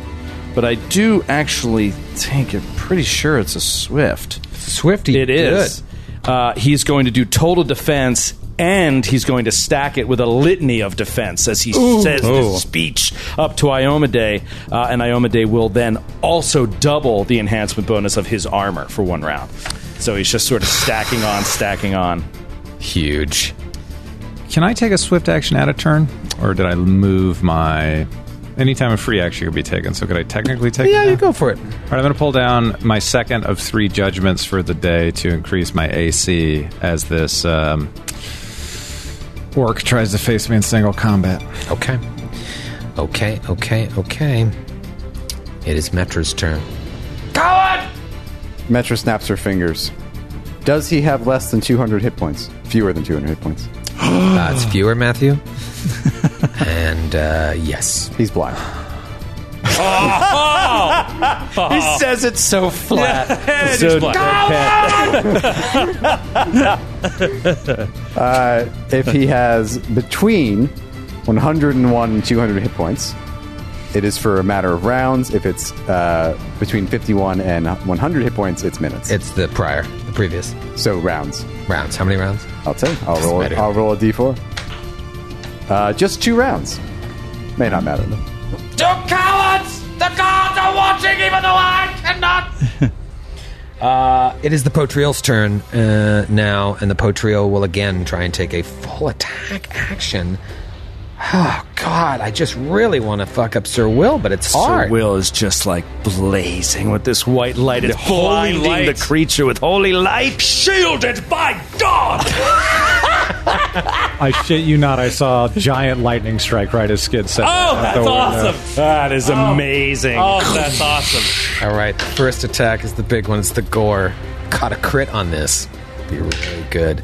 But I do actually think it pretty sure it's a swift. swifty. It is. Uh, he's going to do total defense, and he's going to stack it with a litany of defense as he says this speech up to Iomade. Uh, and Iomade will then also double the enhancement bonus of his armor for one round. So he's just sort of stacking on, stacking on. huge. Can I take a swift action out of turn? Or did I move my. Anytime a free action could be taken, so could I technically take it? Yeah, now? you go for it. All right, I'm going to pull down my second of three judgments for the day to increase my AC as this um, orc tries to face me in single combat. Okay, okay, okay, okay. It is Metra's turn. Coward! Metro snaps her fingers. Does he have less than 200 hit points? Fewer than 200 hit points. Uh, [SIGHS] it's fewer, Matthew. [LAUGHS] and uh, yes, He's blind. He says it so flat. so [LAUGHS] If [LAUGHS] he has between 101 and 200 hit points, it is for a matter of rounds. If it's uh, between 51 and 100 hit points, it's minutes. it's the prior, the previous so rounds. rounds. How many rounds? I'll tell you. I'll roll. matter. I'll roll a d4. Uh, just two rounds. May not matter. though. You cowards! The gods are watching even though I cannot! It is the Potriel's turn uh, now, and the Potriel will again try and take a full attack action. Oh God, I just really want to fuck up Sir Will, but it's hard. Sir Will is just like blazing with this white light. It's The holy blinding light. the creature with holy light. Shielded by God! I shit you not, I saw a giant lightning strike right as Skid said. Oh, that out the that's window. awesome. That is amazing. Oh, that's awesome. All right, first attack is the big one. It's the gore. Caught a crit on this. Be really good.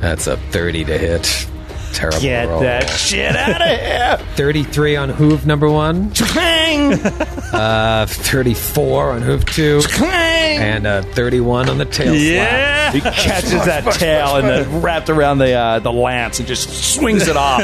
That's a thirty to hit. Terrible. Get roll. that shit out of here. Thirty-three on hoof number one. Clang! [LAUGHS] Uh, Thirty-four on hoof two. Clang! And uh, thirty-one on the tail. slap. Yeah! He catches that tail and then wrapped around the uh, the lance and just swings it off.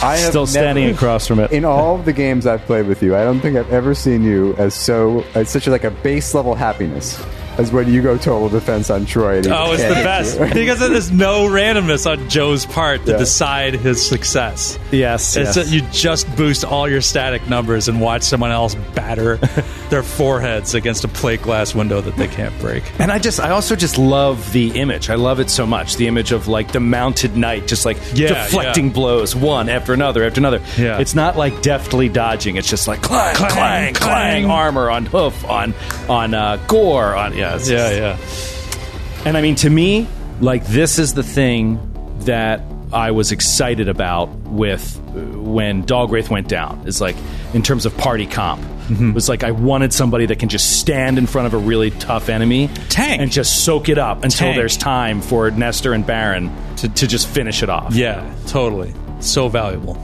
I have [LAUGHS] Still never- standing across from it. in all of the games I've played with you, I don't think I've ever seen you as so as such a, like a base level happiness as when you go total defense on Troy. and he Oh, it's the can't hit best [LAUGHS] you. because there's no randomness on Joe's part to decide his success. Yes, it's yes. that you just boost all your static numbers and watch someone else batter [LAUGHS] their foreheads against a plate glass window that they can't break. And I just, I also just love the image. I love it so much. The image of like the mounted knight just like Yeah, deflecting yeah. blows one after another after another. Yeah. It's not like deftly dodging. It's just like clang, clang, Clang, clang, clang. armor on hoof, on on uh, gore, on yeah, it's- Yeah, yeah. And I mean, to me, like this is the thing that I was excited about with when Dalgraith went down. Is like in terms of party comp. Mm-hmm. It was like I wanted somebody that can just stand in front of a really tough enemy, Tank. and just soak it up until Tank. there's time for Nestor and Baron to, to just finish it off. Yeah, totally. So valuable.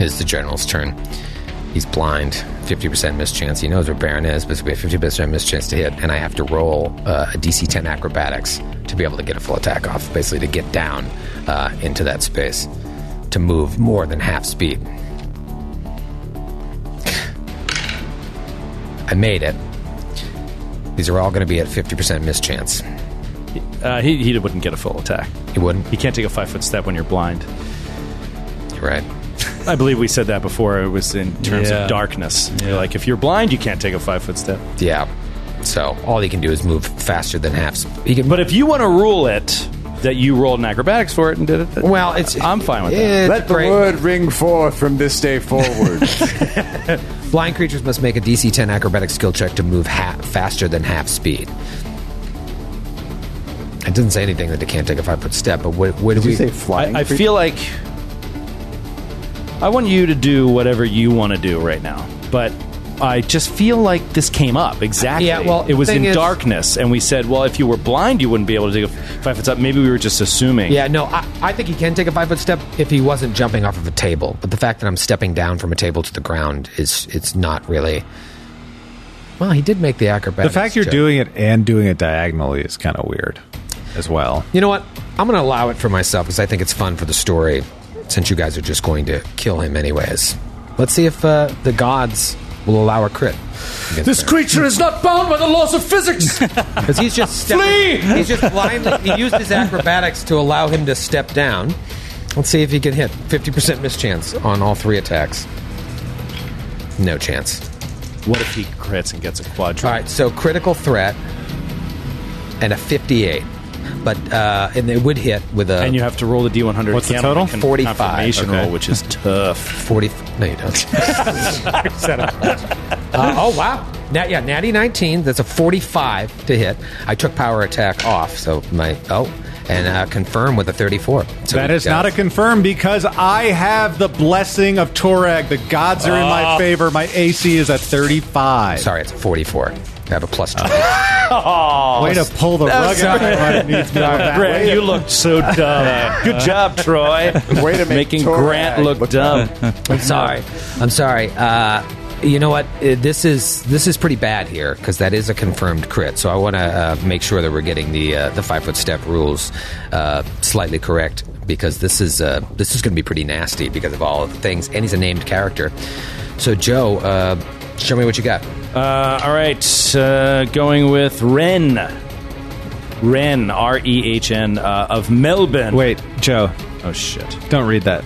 It's the general's turn. He's blind. 50% miss chance. He knows where Baron is, but it's gonna be a 50% miss chance to hit. And I have to roll uh, a DC 10 acrobatics to be able to get a full attack off, basically, to get down uh, into that space to move more than half speed. I made it. These are all going to be at 50% miss chance. Uh, he he wouldn't get a full attack. You wouldn't? He can't take a five foot step when you're blind. You're right. I believe we said that before. It was in terms Yeah. of darkness. Like if you're blind, you can't take a five foot step. Yeah. So all he can do is move faster than half. Sp- he can, But if you want to rule it that you rolled an acrobatics for it and did it, that- well, it's I'm fine with that. it's Let the great. word ring forth from this day [LAUGHS] forward. Blind creatures must make a DC 10 acrobatic skill check to move ha- faster than half speed. It doesn't say anything that they can't take a five foot step, but what, what do Did we you say flying? I, I feel like I want you to do whatever you want to do right now, but I just feel like this came up exactly. Yeah, well, it was thing in is- darkness, and we said, well, if you were blind, you wouldn't be able to take a f- five foot step. Maybe we were just assuming. Yeah, no, I, I think he can take a five foot step if he wasn't jumping off of a table. But the fact that I'm stepping down from a table to the ground is it's not really. Well, he did make the The acrobatic. fact you're doing it and doing it diagonally is kind of weird as well. You know what? I'm going to allow it for myself because I think it's fun for the story since you guys are just going to kill him anyways. Let's see if uh, the gods will allow a crit. against This Baron. creature is not bound by the laws [LAUGHS] of physics. Because he's just stepping, he's just blindly. He used his acrobatics to allow him to step down. Let's see if he can hit fifty percent mischance on all three attacks. No chance. What if he crits and gets a All quadra? right, so critical threat and a fifty-eight, but uh, and it would hit with a And you have to roll the D100. What's the again on total? con- 45. Confirmation Okay. roll, which is tough. forty. No, [LAUGHS] you don't. Uh, oh wow! Nat, yeah, natty nineteen. That's a forty-five to hit. I took power attack off, so my oh, and uh, confirm with a thirty-four. So That he is not a does. confirm because I have the blessing of Torag. The gods are in Ah. my favor. My AC is at 35. Sorry, it's a forty-four. I have [LAUGHS] a plus twenty. Way to pull the rug out from underneath me. with that. Grant, you looked so dumb. Uh, Good job, Troy. [LAUGHS] Way to make making Torag Grant look, look dumb. I'm sorry. I'm sorry. Uh, you know what? Uh, This is this is pretty bad here because that is a confirmed crit. So I want to uh, make sure that we're getting the uh, the five foot step rules uh, slightly correct because this is uh, this is going to be pretty nasty because of all of the things. And he's a named character. So Joe, uh, show me what you got. [LAUGHS] Uh, all right, uh, going with Ren. Ren, R E H N, uh, of Melbourne. Wait, Joe, Oh, shit. don't read that.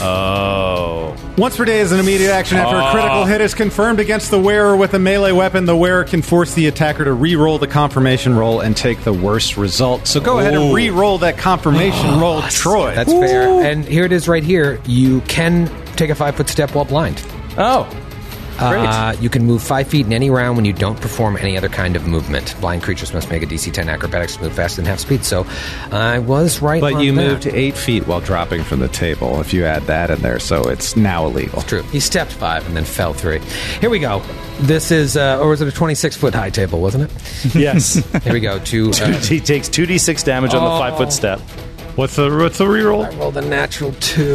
Oh. Once per day is an immediate action after a critical Ah. hit is confirmed against the wearer with a melee weapon. The wearer can force the attacker to re-roll the confirmation roll and take the worst result. So go ahead and Ooh. re-roll that Ah, confirmation roll, Troy. That's fair. And here it is right here. You can take a five foot step while blind. Oh. Uh, you can move five feet in any round when you don't perform any other kind of movement. Blind creatures must make a DC 10 acrobatics to move faster than half speed. So I was right. But on you that. moved to eight feet while dropping from the table. If you add that in there, so it's now illegal. True. He stepped five and then fell three. Here we go. This is, uh, or was it a 26 foot high table, wasn't it? Yes. Here we go. To uh, he takes 2d6 damage on Oh. the 5 foot step. What's the, what's the reroll? I rolled a natural two.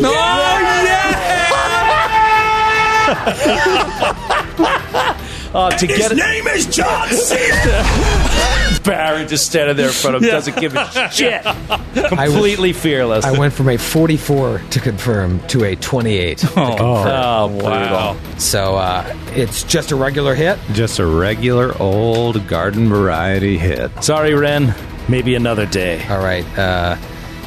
Oh, [LAUGHS] to get it- name is John Cena. [LAUGHS] Barry just standing there in front of him, Yeah. doesn't give a shit. I was- Completely fearless. I went from a 44 to confirm to a 28. to confirm. Oh, wow. So uh, it's just a regular hit. Just a regular old garden variety hit. Sorry, Ren. Maybe another day. All right. Uh,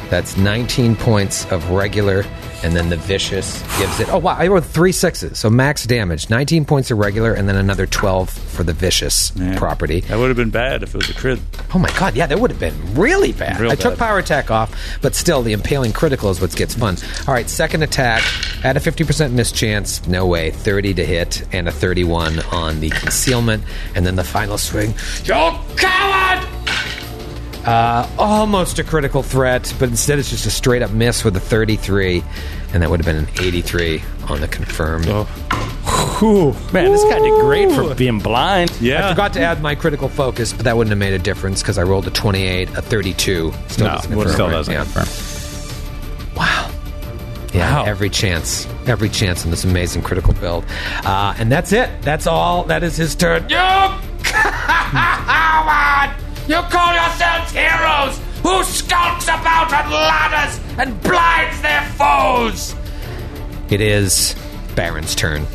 that's 19 points of regular, and then the vicious gives it. Oh, wow. I rolled three sixes. So max damage 19 points of regular, and then another 12 for the vicious property. That would have been bad if it was a crit. Oh, my God. Yeah, that would have been really bad. Real I took bad. power attack off, but still, the impaling critical is what gets fun. All right. Second attack at a 50% mischance. No way. 30 to hit, and a 31 on the concealment. And then the final swing. You coward! Uh, almost a critical threat, but instead it's just a straight up miss with a 33, and that would have been an 83 on the confirmed. Oh. Man, this guy did great for being blind. I Yeah. forgot to add my critical focus, but that wouldn't have made a difference because I rolled a 28, a 32. Still No, doesn't confirm, still right? doesn't Yeah. confirm. Yeah, every chance, every chance in this amazing critical build, uh, and that's it. That's all. That is his turn. You coward! You call yourselves heroes who skulks about on ladders and blinds their foes! It is Baron's turn.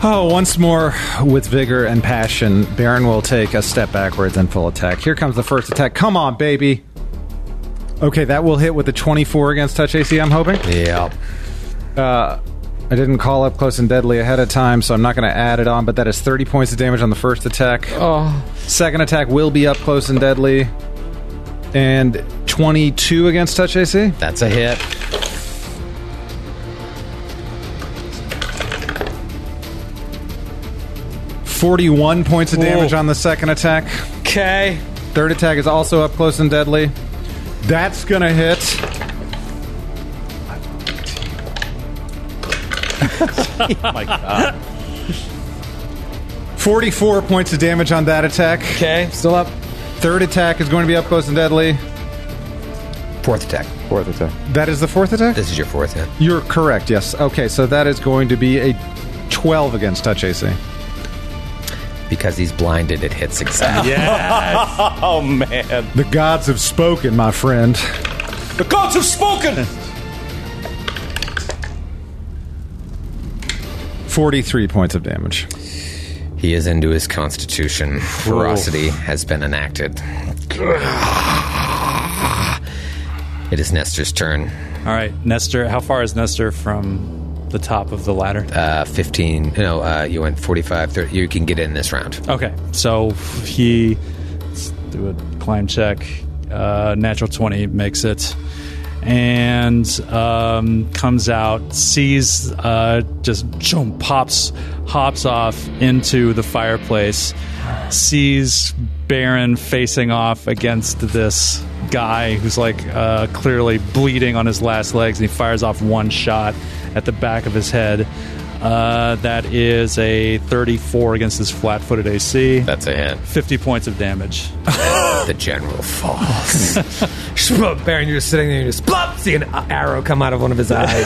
Oh, once more, with vigor and passion, Baron will take a step backwards and full attack. Here comes the first attack. Come on, baby. Okay, that will hit with a 24 against touch AC, I'm hoping. Yeah, Uh, I didn't call up close and deadly ahead of time, so I'm not going to add it on, but that is 30 points of damage on the first attack. Oh. Second attack will be up close and deadly. And 22 against touch AC? that's a hit. Forty-one points of damage on the second attack. Okay, Third attack is also up close and deadly. That's gonna hit. Forty-four points of damage on that attack. okay, still up. Third attack is going to be up close and deadly. Fourth attack. Fourth attack. That is the fourth attack. This is your fourth hit. You're correct. Yes. Okay. So that is going to be a twelve against touch AC. Because he's blinded, it hits [LAUGHS] exactly. Oh, man. The gods have spoken, my friend. The gods have spoken! 43 points of damage. He is into his constitution. Ferocity has been enacted. It is Nestor's turn. All right, Nestor. How far is Nestor from the top of the ladder? Uh, 15. No, uh, you went 45. 30, you can get in this round. Okay, so he let's do a climb check. Uh, natural twenty makes it, and um, comes out, sees, uh, just jump, pops, hops off into the fireplace, sees Baron facing off against this guy who's like uh, clearly bleeding on his last legs, and he fires off one shot at the back of his head. Uh, that is a 34 against his flat-footed AC. That's a hit. 50 points of damage. The general falls. Baron, you're [LAUGHS] just sitting there, you just plop, see an arrow come out of one of his eyes.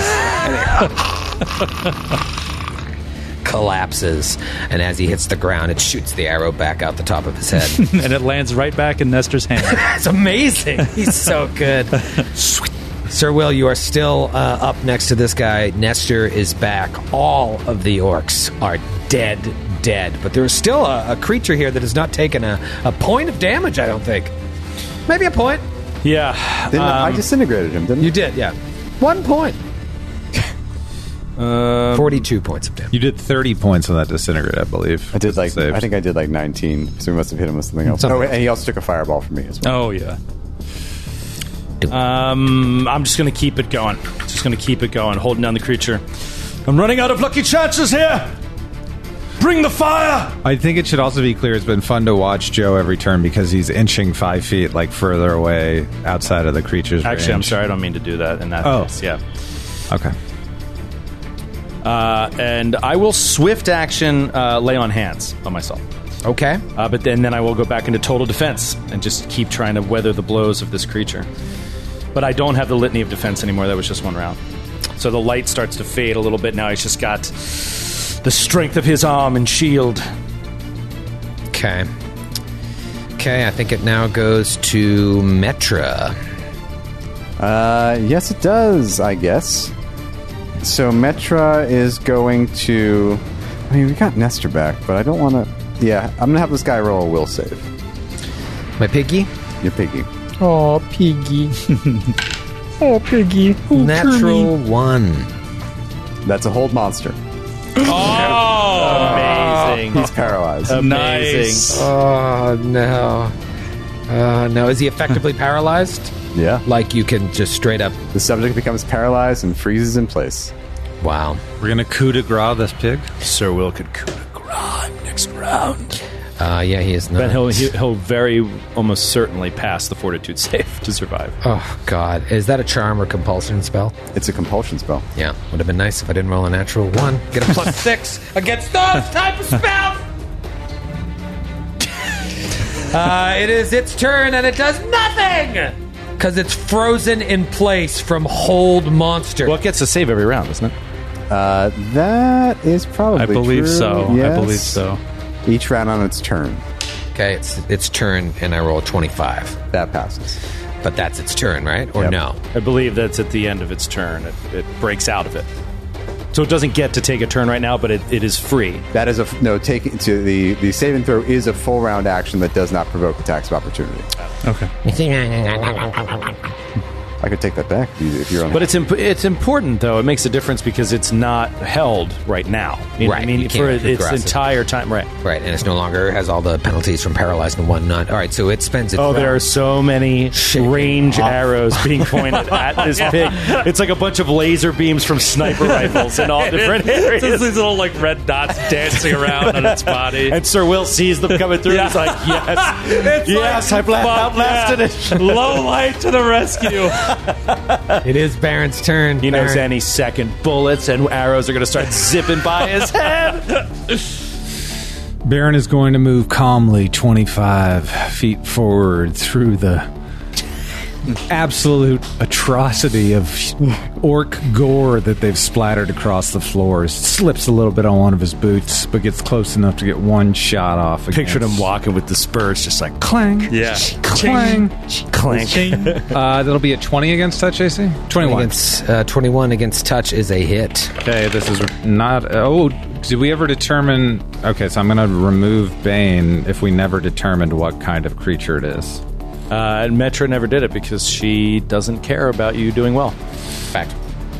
[LAUGHS] collapses, and as he hits the ground, it shoots the arrow back out the top of his head. and it lands right back in Nestor's [LAUGHS] hand. That's amazing. He's so good. [LAUGHS] Sir Will, you are still uh, up next to this guy. Nestor is back. All of the orcs are dead, dead. But there is still a, a creature here that has not taken a, a point of damage, I don't think. Maybe a point. yeah. Didn't I I disintegrated him, You didn't Um, you? did, yeah. One point. Um, 42 points of damage. You did 30 points on that disintegrate, I believe. I did like I think I did like 19, so we must have hit him with something else. Something Oh, and he also took a fireball from me as well. Oh yeah. Um, I'm just gonna keep it going. Just gonna keep it going, holding down the creature. I'm running out of lucky chances here. Bring the fire. I think it should also be clear it's been fun to watch Joe every turn because he's inching five feet like further away outside of the creature's Actually, I'm range. sorry, I don't mean to do that. In that Oh. case, yeah. Okay. Uh, and I will swift action uh, lay on hands on myself. Okay. Uh, but then, then I will go back into total defense and just keep trying to weather the blows of this creature. But I don't have the litany of defense anymore. That was just one round. So the light starts to fade a little bit now. He's just got the strength of his arm and shield. Okay. Okay, I think it now goes to Metra. Uh, yes, it does, I guess. So Metra is going to. I mean, we got Nestor back, but I don't want to. Yeah, I'm gonna have this guy roll a will save. My piggy. Your piggy. Oh, piggy. Oh, piggy. Oh, Natural one. That's a hold monster. Amazing. He's paralyzed. Um, Amazing. Oh, no. Uh, no, is he [LAUGHS] effectively paralyzed? Yeah. Like you can just straight up. The subject becomes paralyzed and freezes in place. Wow. We're going to coup de grace this pig. Sir Will could coup de grace next round. Uh, yeah, he is But not. he'll, he'll he'll very almost certainly pass the fortitude save [LAUGHS] to survive. Oh, God. Is that a charm or compulsion spell? It's a compulsion spell. Yeah. Would have been nice if I didn't roll a natural one. Get a [LAUGHS] plus six against those type of spells! Uh, it is its turn and it does nothing! Because it's frozen in place from hold monster. Well, it gets a save every round, doesn't it? Uh, that is probably. I believe true, so. I yes. believe so. Each round on its turn, Okay, it's its turn and I roll a 25. that passes. But that's its turn, right? Or Yep. no? I believe that's at the end of its turn. It, it breaks out of it. So it doesn't get to take a turn right now, but it, it is free. That is a f- no. Take it to the the save and throw is a full round action that does not provoke attacks of opportunity. Okay. [LAUGHS] I could take that back if you- if you're on. But it's imp- it's important though. It makes a difference because it's not held right now. You know what Right, I mean, you for can't its progress it. entire time. Right. Right, and it's no longer has all the penalties from paralyzed and whatnot. All right, so it spends its. Oh, there are round. so many Shit. range Oh. arrows being [LAUGHS] pointed [LAUGHS] at this pig. It's like a bunch of laser beams from sniper rifles [LAUGHS] in all different [LAUGHS] areas. Just these little like red dots dancing around on its [LAUGHS] body. And Sir Will sees them coming through. He's like, [LAUGHS] yes, yes, I bla- outlasted it. [LAUGHS] Low light to the rescue. It is Baron's turn. He knows Baron. any second bullets and arrows are going to start zipping by [LAUGHS] his head. Baron is going to move calmly 25 feet forward through the absolute atrocity of orc gore that they've splattered across the floors. Slips a little bit on one of his boots, but gets close enough to get one shot off. Pictured against- him walking with the spurs, just like Clang. Yeah. Clang. clank. Uh, that'll be a 20 against touch, AC? 21. Against, uh, 21 against touch is a hit. Okay, this is not. Oh, did we ever determine? Okay, so I'm going to remove Bane if we never determined what kind of creature it is. Uh, [LAUGHS] and Metra never did it because she doesn't care about you doing well. Fact.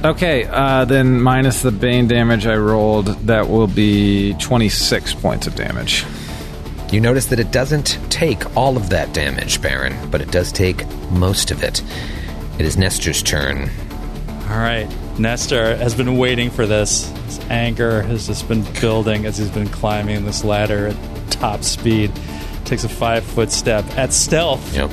Okay, uh, then minus the Bane damage I rolled, that will be 26 points of damage. You notice that it doesn't take all of that damage, Baron, but it does take most of it. It is Nestor's turn. All right. Nestor has been waiting for this. His anger has just been building as he's been climbing this ladder at top speed. Takes a five foot step at stealth. Yep.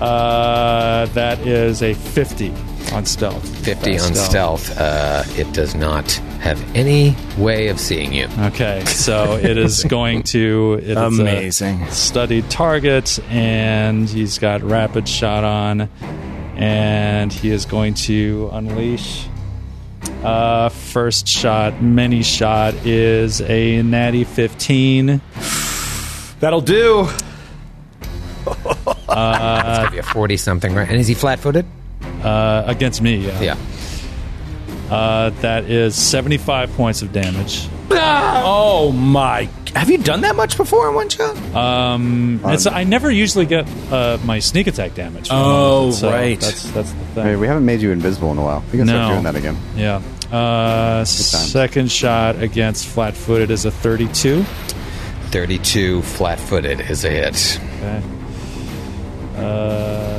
Uh, that is a 50 on stealth. 50 Uh, on stealth. Uh, it does not have any way of seeing you. Okay, so it [LAUGHS] is going to it is a Amazing. studied target, and he's got rapid shot on, and he is going to unleash. Uh, first shot, mini shot is a natty fifteen. uh, That'll do. It's going to be a 40 something, right? And is he flat footed? Uh, against me, yeah. Yeah. Uh, that is seventy-five points of damage. Oh my! Have you done that much before in one shot? Um, it's, I never usually get uh, my sneak attack damage. from Oh, it, so right. That's that's the thing. Hey, we haven't made you invisible in a while. We can No. start doing that again. Yeah. Uh, second shot against flat footed is a 32. 32 flat footed is a hit. Okay. Uh,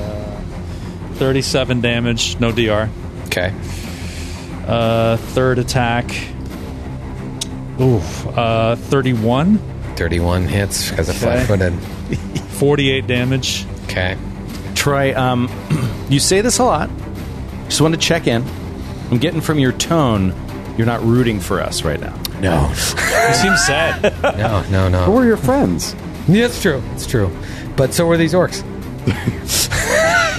37 damage, no DR. Okay. Uh, third attack. Ooh, uh, 31. 31 hits because of flat footed. 48 damage. Okay. Troy, um, [CLEARS THROAT] you say this a lot. Just wanted to check in. I'm getting from your tone, you're not rooting for us right now. No. [LAUGHS] You seem sad. No, no, no. Who are your friends? Yeah, it's true. It's true. But so were these orcs. [LAUGHS] [LAUGHS]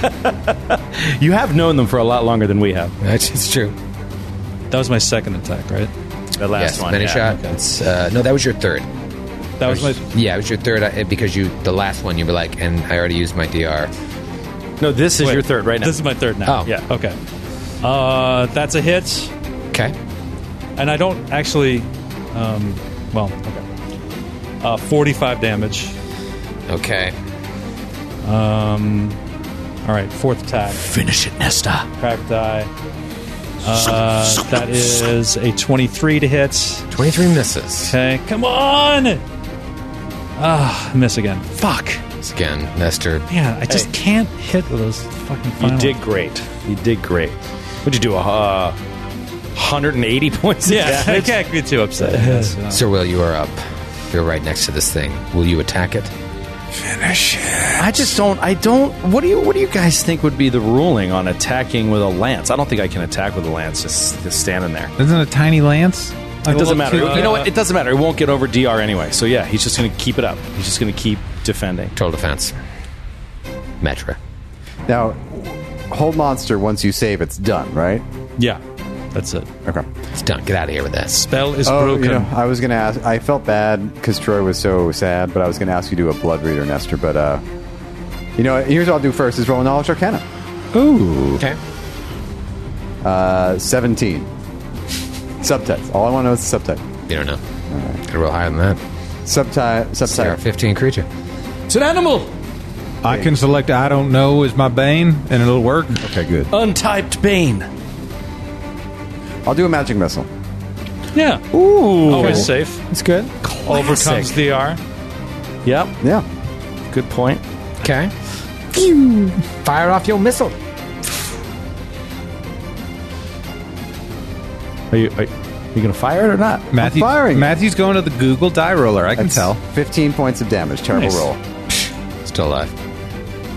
You have known them for a lot longer than we have. That's it's true. That was my second attack, right? The last yes, one. many yeah. shots. Uh, no, that was your third. That was my. Yeah, it was your third uh, because you the last one you were like, and I already used my DR. No, this is wait, your third right now. This is my third now. Oh. yeah. Okay. Uh, that's a hit, Okay. and I don't actually. Um, well, okay. Uh, Forty-five damage. Okay. Um, all right, fourth attack. Finish it, Nesta. Cracked die. Uh, that is a twenty-three to hit. Twenty three misses. Okay, come on. Ah, miss again. Fuck. Once again, Nestor. Man, I just can't hit with those fucking. You final- did great. You did great. What'd you do? Uh, 180 [LAUGHS] points? of Yeah, I damage? can't be too upset. That's, uh, Sir Will, you are up. You're right next to this thing. Will you attack it? I just don't. I don't. What do you? What do you guys think would be the ruling on attacking with a lance? I don't think I can attack with a lance. Just, just standing there. Isn't it a tiny lance? It doesn't matter. two- you know what? It doesn't matter. It won't get over DR anyway. So yeah, he's just going to keep it up. He's just going to keep defending. Total defense. Metra. Now, whole monster, once you save, it's done, right? yeah, that's it. Okay. It's done. Get out of here with this. Spell is Oh, broken. you know, I was going to ask. I felt bad because Troy was so sad, but I was going to ask you to do a blood reader, Nestor. But, uh, you know, what? here's what I'll do first is roll knowledge arcana. Okay. Uh, 17. Subtext. All I want to know is the subtext. You don't know. Could roll higher than that. Subtitle. They're a Subtitle. 15 creature. It's an animal. I can select I don't know is my bane and it'll work. Okay, good. Untyped bane. I'll do a magic missile. yeah, Ooh. always safe. It's good. Overcomes DR. Yep. Yeah. Good point. Okay. Fire off your missile. Are you? Are you, are you going to fire it or not? Matthew, firing. Matthew's going to the Google die roller. I can tell. 15 points of damage. Terrible Nice. roll. Still alive.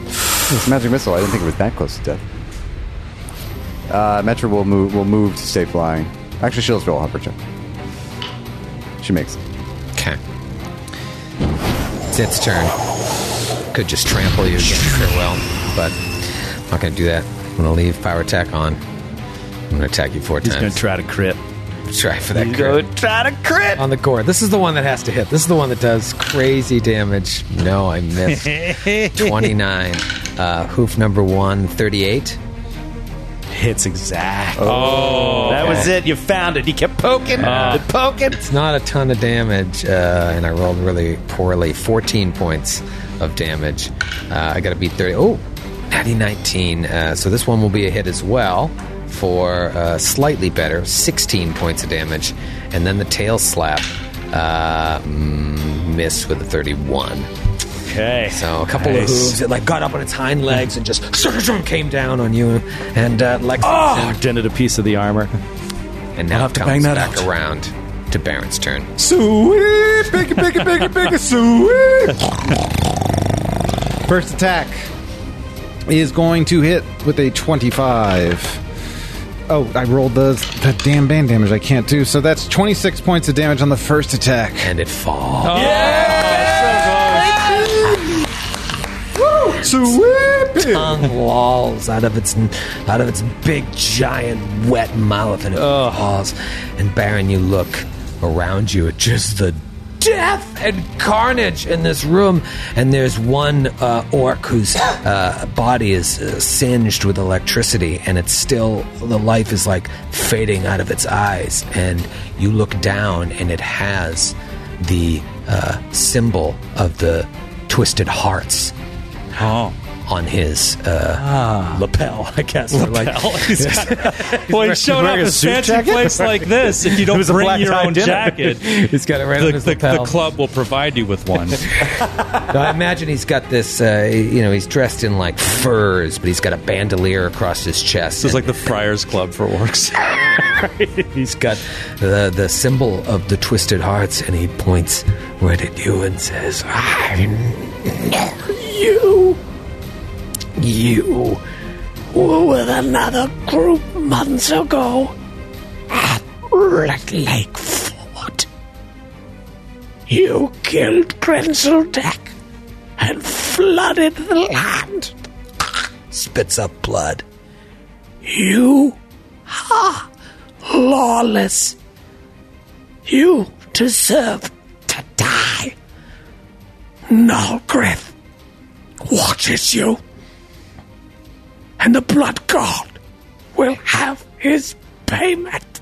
It's a magic missile. I didn't think it was that close to death. Uh, Metro will move. Will move to stay flying. Actually, she'll just roll a check. She makes. it. Okay. It's its turn. Could just trample you against your will, but I'm not going to do that. I'm going to leave power attack on. I'm going to attack you four He's going times. to try to crit. Try for that Go crit. try to crit. on the core. This is the one that has to hit. This is the one that does Crazy damage. No, I [LAUGHS] [LAUGHS] missed. 29. Uh, hoof number one, 38. Hits exact. Oh, that was it. You found it. You kept poking, and poking. It's not a ton of damage, uh, and I rolled really poorly. 14 points of damage. Uh, I got to beat 30. Oh, natty 19. Uh, so this one will be a hit as well for uh, slightly better 16 points of damage. And then the tail slap uh, mm, missed with a 31. Okay. So a couple of hooves. It like got up on its hind legs and just [LAUGHS] came down on you, and uh, like Ah! Oh, dented a piece of the armor. [LAUGHS] and now it comes bang that back out. around to Baron's turn. Sweet, big, big, big, big, [LAUGHS] sweet. First attack is going to hit with a 25. Oh, I rolled the, the damn band damage I can't do. So that's 26 points of damage on the first attack. and it falls. Tongue lolls out of its out of its big giant wet mouth and it falls. And Baron, you look around you at just the death and carnage in this room, and there's one uh, orc whose uh, body is uh, singed with electricity, and it's still the life is like fading out of its eyes. And you look down, and it has the uh, symbol of the twisted hearts Oh, on his uh, lapel, I guess. or like- well, he He's showed up wearing in a a suit fancy jacket? place [LAUGHS] like this. If you It don't was a bring black your tie own dinner. jacket, [LAUGHS] He's got it right the, on his the- lapel. the club will [LAUGHS] provide you with one. Now, I imagine he's got this. Uh, you know, he's dressed in like furs, but he's got a bandolier across his chest. It's like the Friars Club for orcs. he's got the the symbol of the Twisted Hearts, and he points right at you and says, "I know you, you were with another group months ago at Red Lake Fort. You killed Grenzeldeck and flooded the land. Spits up blood." You are lawless. You deserve to die. Nalgrith watches you, and the Blood God will have his payment.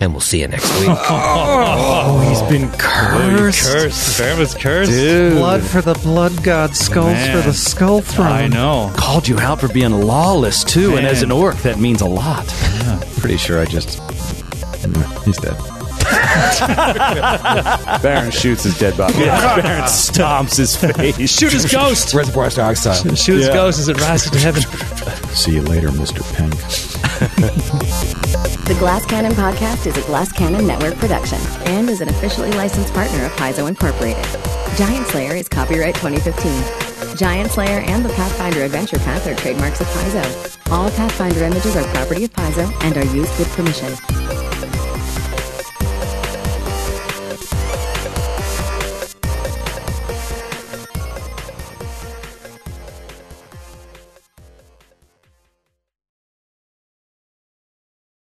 And we'll see you next week. Oh, he's been cursed. Cursed. Bear was cursed. Blood for the blood god, skulls Man. for the skull throne. I know. Called you out for being lawless too, and as Man. an orc, that means a lot. Pretty sure I just. He's dead. Baron shoots his dead body. Yeah. Baron stomps his face. Shoot his [LAUGHS] ghost. Reservoir Dogs style. Shoot his Yeah. ghost as it rises to heaven. See you later, Mr. Pink. The Glass Cannon Podcast is a Glass Cannon Network production and is an officially licensed partner of Paizo Incorporated. Giant Slayer is copyright 2015. Giant Slayer and the Pathfinder Adventure Path are trademarks of Paizo. All Pathfinder images are property of Paizo and are used with permission.